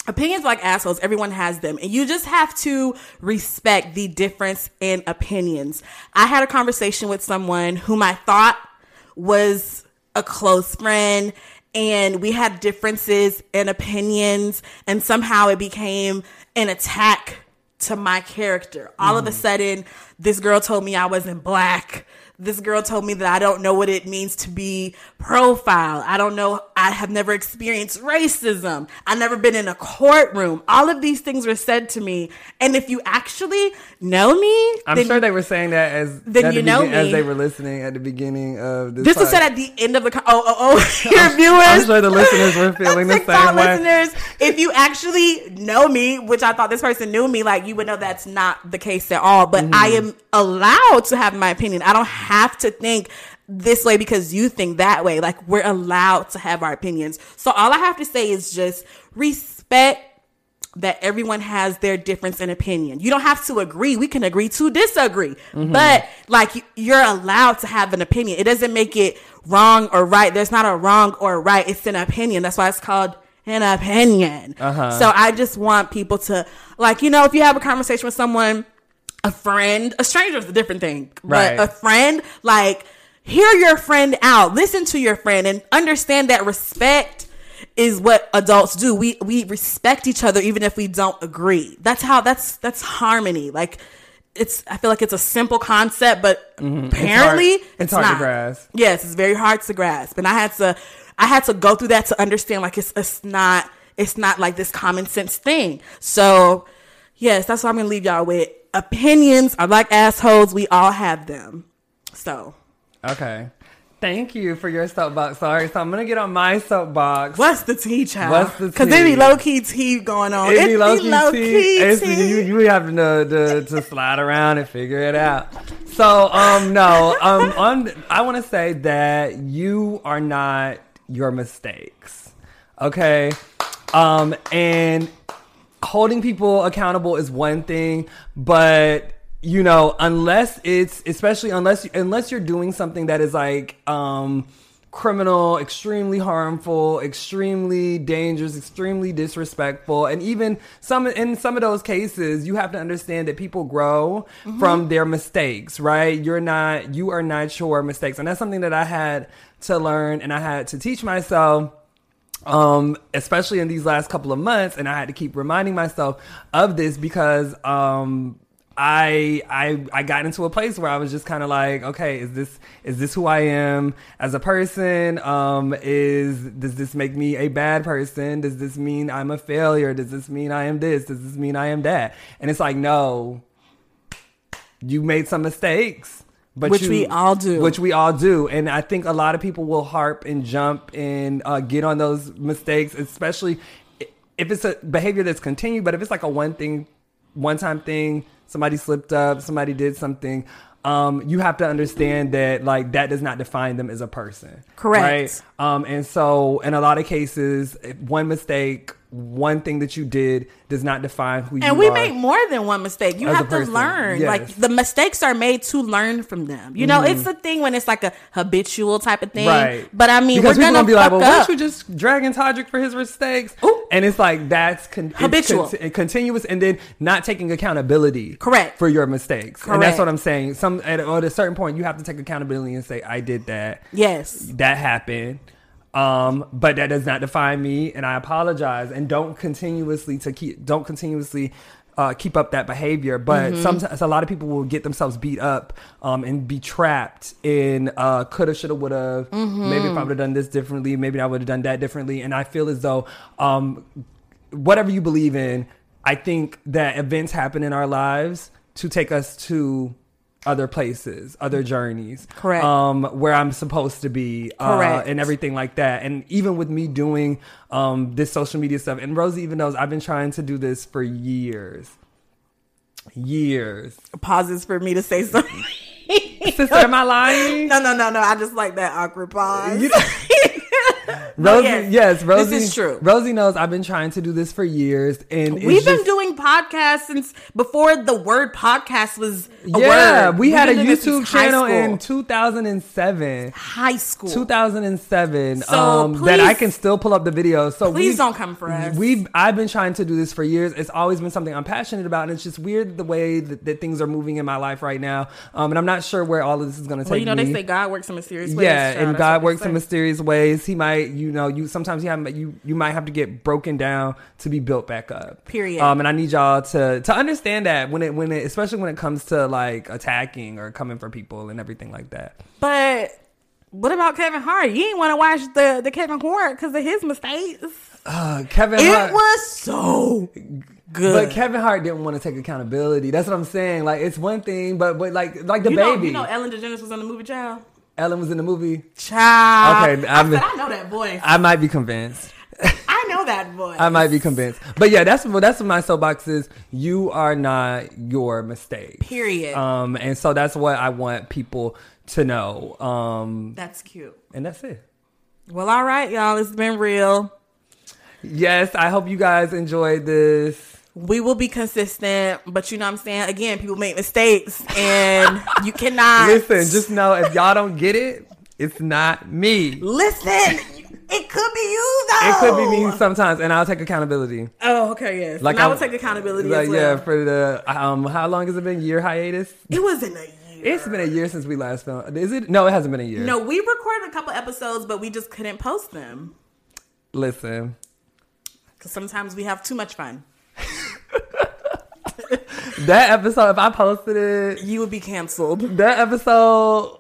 [SPEAKER 4] opinions are like assholes everyone has them and you just have to respect the difference in opinions i had a conversation with someone whom i thought was a close friend and we had differences in opinions and somehow it became an attack to my character all of a sudden this girl told me i wasn't black this girl told me that I don't know what it means to be profiled. I don't know. I have never experienced racism. I've never been in a courtroom. All of these things were said to me. And if you actually know me,
[SPEAKER 3] I'm
[SPEAKER 4] then
[SPEAKER 3] sure they were saying that as
[SPEAKER 4] Then
[SPEAKER 3] at the
[SPEAKER 4] you know
[SPEAKER 3] begin- as
[SPEAKER 4] me.
[SPEAKER 3] they were listening at the beginning of this.
[SPEAKER 4] this was said
[SPEAKER 3] podcast.
[SPEAKER 4] at the end of the con- oh oh oh your viewers.
[SPEAKER 3] I'm sure the listeners were feeling the
[SPEAKER 4] TikTok
[SPEAKER 3] same way.
[SPEAKER 4] listeners, if you actually know me, which I thought this person knew me, like you would know that's not the case at all. But I
[SPEAKER 3] Mm-hmm.
[SPEAKER 4] am allowed to have my opinion. I don't have to think this way because you think that way. Like we're allowed to have our opinions. So all I have to say is just respect that everyone has their difference in opinion. You don't have to agree. We can agree to disagree. But like y- you're allowed to have an opinion. It doesn't make it wrong or right. There's not a wrong or a right. It's an opinion. That's why it's called an opinion. So I just want people to like you know if you have a conversation with someone a friend, a stranger is a different thing,
[SPEAKER 3] Right.
[SPEAKER 4] but a friend, like, hear your friend out, listen to your friend, and understand that respect is what adults do. We we respect each other even if we don't agree. That's how that's that's harmony. Like, it's I feel like it's a simple concept, but apparently
[SPEAKER 3] Mm-hmm. It's hard- it's hard to
[SPEAKER 4] not.
[SPEAKER 3] grasp.
[SPEAKER 4] Yes, it's very hard to grasp, and I had to I had to go through that to understand like it's it's not it's not like this common sense thing. So yes, that's what I'm gonna leave y'all with. Opinions are like assholes. We all have them. So
[SPEAKER 3] Okay. Thank you for your soapbox. All right, so I'm gonna get on my soapbox.
[SPEAKER 4] What's the tea, child?
[SPEAKER 3] What's the
[SPEAKER 4] Because there
[SPEAKER 3] tea?
[SPEAKER 4] be low key tea going on.
[SPEAKER 3] It be low-key
[SPEAKER 4] low-key
[SPEAKER 3] tea. It's-
[SPEAKER 4] tea.
[SPEAKER 3] You, you have to know to, to slide around and figure it out. So, um, no, um, on, I want to say that you are not your mistakes, okay? Um, and holding people accountable is one thing, but you know, unless it's especially unless unless you're doing something that is like um criminal, extremely harmful, extremely dangerous, extremely disrespectful, and even some in some of those cases, you have to understand that people grow from their mistakes, right? You're not you are not your mistakes, and that's something that I had to learn and I had to teach myself um, especially in these last couple of months, and I had to keep reminding myself of this because um, I I I got into a place where I was just kind of like, okay, is this is this who I am as a person? Um, is does this make me a bad person? Does this mean I'm a failure? Does this mean I am this? Does this mean I am that? And it's like, no, you made some mistakes. But
[SPEAKER 4] Which
[SPEAKER 3] you-
[SPEAKER 4] we all do.
[SPEAKER 3] Which we all do. And I think a lot of people will harp and jump and uh, get on those mistakes, especially i- if it's a behavior that's continued. But if it's like a one thing, one time thing, somebody slipped up, somebody did something, um, you have to understand that like that does not define them as a person.
[SPEAKER 4] Correct.
[SPEAKER 3] Right? Um, and so in a lot of cases, if one mistake, one thing that you did does not define who you are.
[SPEAKER 4] and we make more than one mistake. You
[SPEAKER 3] as a
[SPEAKER 4] have to
[SPEAKER 3] person.
[SPEAKER 4] learn.
[SPEAKER 3] Yes. Mm.
[SPEAKER 4] Like the mistakes are made to learn from them. You know, it's a thing when it's like a habitual type of thing.
[SPEAKER 3] Right.
[SPEAKER 4] But I mean,
[SPEAKER 3] because
[SPEAKER 4] we're
[SPEAKER 3] people
[SPEAKER 4] gonna,
[SPEAKER 3] be like, well,
[SPEAKER 4] fuck
[SPEAKER 3] why
[SPEAKER 4] up.
[SPEAKER 3] don't you just dragging Todrick for his mistakes?
[SPEAKER 4] Ooh.
[SPEAKER 3] And it's like, that's con- it's
[SPEAKER 4] Habitual.
[SPEAKER 3] con- continuous, and then not taking accountability.
[SPEAKER 4] Correct.
[SPEAKER 3] For your mistakes. And that's
[SPEAKER 4] Correct.
[SPEAKER 3] what I'm saying. Some at, at a certain point, you have to take accountability and say, I did that.
[SPEAKER 4] yes.
[SPEAKER 3] That happened. Um, but that does not define me, and I apologize. And don't continuously to keep don't continuously uh, keep up that behavior. But sometimes a lot of people will get themselves beat up um, and be trapped in uh, coulda, shoulda, woulda. Maybe if I would have done this differently, maybe I would have done that differently. And I feel as though um, whatever you believe in, I think that events happen in our lives to take us to other places, other journeys
[SPEAKER 4] Correct.
[SPEAKER 3] um, where I'm supposed to be, uh,
[SPEAKER 4] Correct.
[SPEAKER 3] and everything like that. And even with me doing um, this social media stuff, and Rosie even knows I've been trying to do this for years, years.
[SPEAKER 4] Pauses for me to say something.
[SPEAKER 3] Sister, am I lying?
[SPEAKER 4] No, no, no, no. I just like that awkward pause.
[SPEAKER 3] You- Rosie, yes,
[SPEAKER 4] yes.
[SPEAKER 3] Rosie.
[SPEAKER 4] This is true.
[SPEAKER 3] Rosie knows I've been trying to do this for years, and it's
[SPEAKER 4] We've been
[SPEAKER 3] just-
[SPEAKER 4] doing podcasts since before the word podcast was a
[SPEAKER 3] Yeah,
[SPEAKER 4] word.
[SPEAKER 3] we
[SPEAKER 4] We've
[SPEAKER 3] had a
[SPEAKER 4] been doing this
[SPEAKER 3] YouTube
[SPEAKER 4] since high
[SPEAKER 3] channel in
[SPEAKER 4] school.
[SPEAKER 3] 2007.
[SPEAKER 4] high school.
[SPEAKER 3] 2007
[SPEAKER 4] So
[SPEAKER 3] um that I
[SPEAKER 4] please-
[SPEAKER 3] can still pull up the video so
[SPEAKER 4] Please
[SPEAKER 3] we've-
[SPEAKER 4] don't come for us.
[SPEAKER 3] we've I've been trying to do this for years it's always been something I'm passionate about and it's just weird the way that, that things are moving in my life right now um and I'm not sure where all of this is going to take
[SPEAKER 4] well, you know, they
[SPEAKER 3] me.
[SPEAKER 4] say God works in mysterious ways.
[SPEAKER 3] yeah,
[SPEAKER 4] child.
[SPEAKER 3] and
[SPEAKER 4] That's what
[SPEAKER 3] God
[SPEAKER 4] they
[SPEAKER 3] works
[SPEAKER 4] say.
[SPEAKER 3] in mysterious ways. He might, you know, you sometimes you have you you might have to get broken down to be built back up.
[SPEAKER 4] Period.
[SPEAKER 3] Um, and I need y'all to to understand that when it when it especially when it comes to like attacking or coming for people and everything like that.
[SPEAKER 4] But what about Kevin Hart? You didn't want to watch the, the Kevin Hart because of his mistakes.
[SPEAKER 3] Uh, Kevin, Hart-
[SPEAKER 4] It was so good.
[SPEAKER 3] But Kevin Hart didn't want to take accountability. That's what I'm saying. Like it's one thing, but but like like the
[SPEAKER 4] you know,
[SPEAKER 3] baby,
[SPEAKER 4] you know, Ellen DeGeneres was on the movie Child.
[SPEAKER 3] Ellen was in the movie.
[SPEAKER 4] Child.
[SPEAKER 3] Okay,
[SPEAKER 4] I
[SPEAKER 3] I'm-
[SPEAKER 4] said I know that voice. I,
[SPEAKER 3] I might be convinced.
[SPEAKER 4] know that voice.
[SPEAKER 3] I might be convinced. But yeah, that's what that's what my soapbox is. You are not your mistake.
[SPEAKER 4] Period.
[SPEAKER 3] Um, and so that's what I want people to know. Um,
[SPEAKER 4] That's cute.
[SPEAKER 3] and that's it.
[SPEAKER 4] Well, all right, y'all. It's been real.
[SPEAKER 3] Yes, I hope you guys enjoyed this.
[SPEAKER 4] We will be consistent, but you know what I'm saying? Again, people make mistakes and you cannot
[SPEAKER 3] Listen, just know if y'all don't get it, it's not me.
[SPEAKER 4] listen. It could be you though.
[SPEAKER 3] It could be me sometimes, and I'll take accountability.
[SPEAKER 4] Oh, okay, yes.
[SPEAKER 3] Like
[SPEAKER 4] and I
[SPEAKER 3] I'm-
[SPEAKER 4] will take accountability
[SPEAKER 3] Like
[SPEAKER 4] as well.
[SPEAKER 3] yeah, for the um, how long has it been? Year hiatus.
[SPEAKER 4] It wasn't a year.
[SPEAKER 3] It's been a year since we last filmed. Is it? No, it hasn't been a year.
[SPEAKER 4] no, we recorded a couple episodes, but we just couldn't post them
[SPEAKER 3] Listen,
[SPEAKER 4] because sometimes we have too much fun.
[SPEAKER 3] that episode. If I posted it,
[SPEAKER 4] You would be canceled.
[SPEAKER 3] that episode,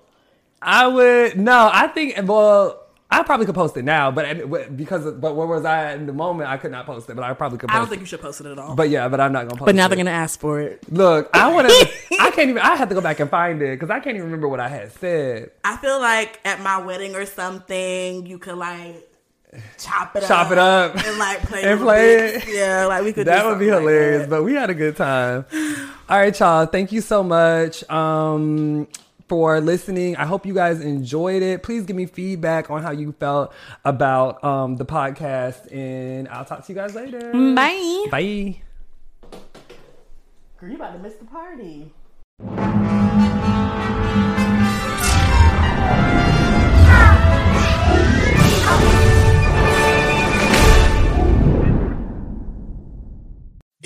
[SPEAKER 3] I would no. I think well, I probably could post it now, but I- but because but where was I at in the moment? I could not post it, but I probably could. Post
[SPEAKER 4] I don't
[SPEAKER 3] it.
[SPEAKER 4] think you should post it at all.
[SPEAKER 3] But yeah, but I'm not gonna post.
[SPEAKER 4] But now
[SPEAKER 3] it.
[SPEAKER 4] they're gonna ask for it.
[SPEAKER 3] look. I want to. I can't even. I have to go back and find it because I can't even remember what I had said.
[SPEAKER 4] I feel like at my wedding or something, you could like chop it
[SPEAKER 3] Chop
[SPEAKER 4] up,
[SPEAKER 3] it up.
[SPEAKER 4] and like play
[SPEAKER 3] And
[SPEAKER 4] little
[SPEAKER 3] play
[SPEAKER 4] bits. Yeah, like we could. do
[SPEAKER 3] that would be
[SPEAKER 4] something like
[SPEAKER 3] hilarious
[SPEAKER 4] that.
[SPEAKER 3] but we had a good time all right y'all thank you so much um for listening i hope you guys enjoyed it please give me feedback on how you felt about um the podcast and i'll talk to you guys later
[SPEAKER 4] Bye.
[SPEAKER 3] bye
[SPEAKER 4] Girl, you about to miss the party.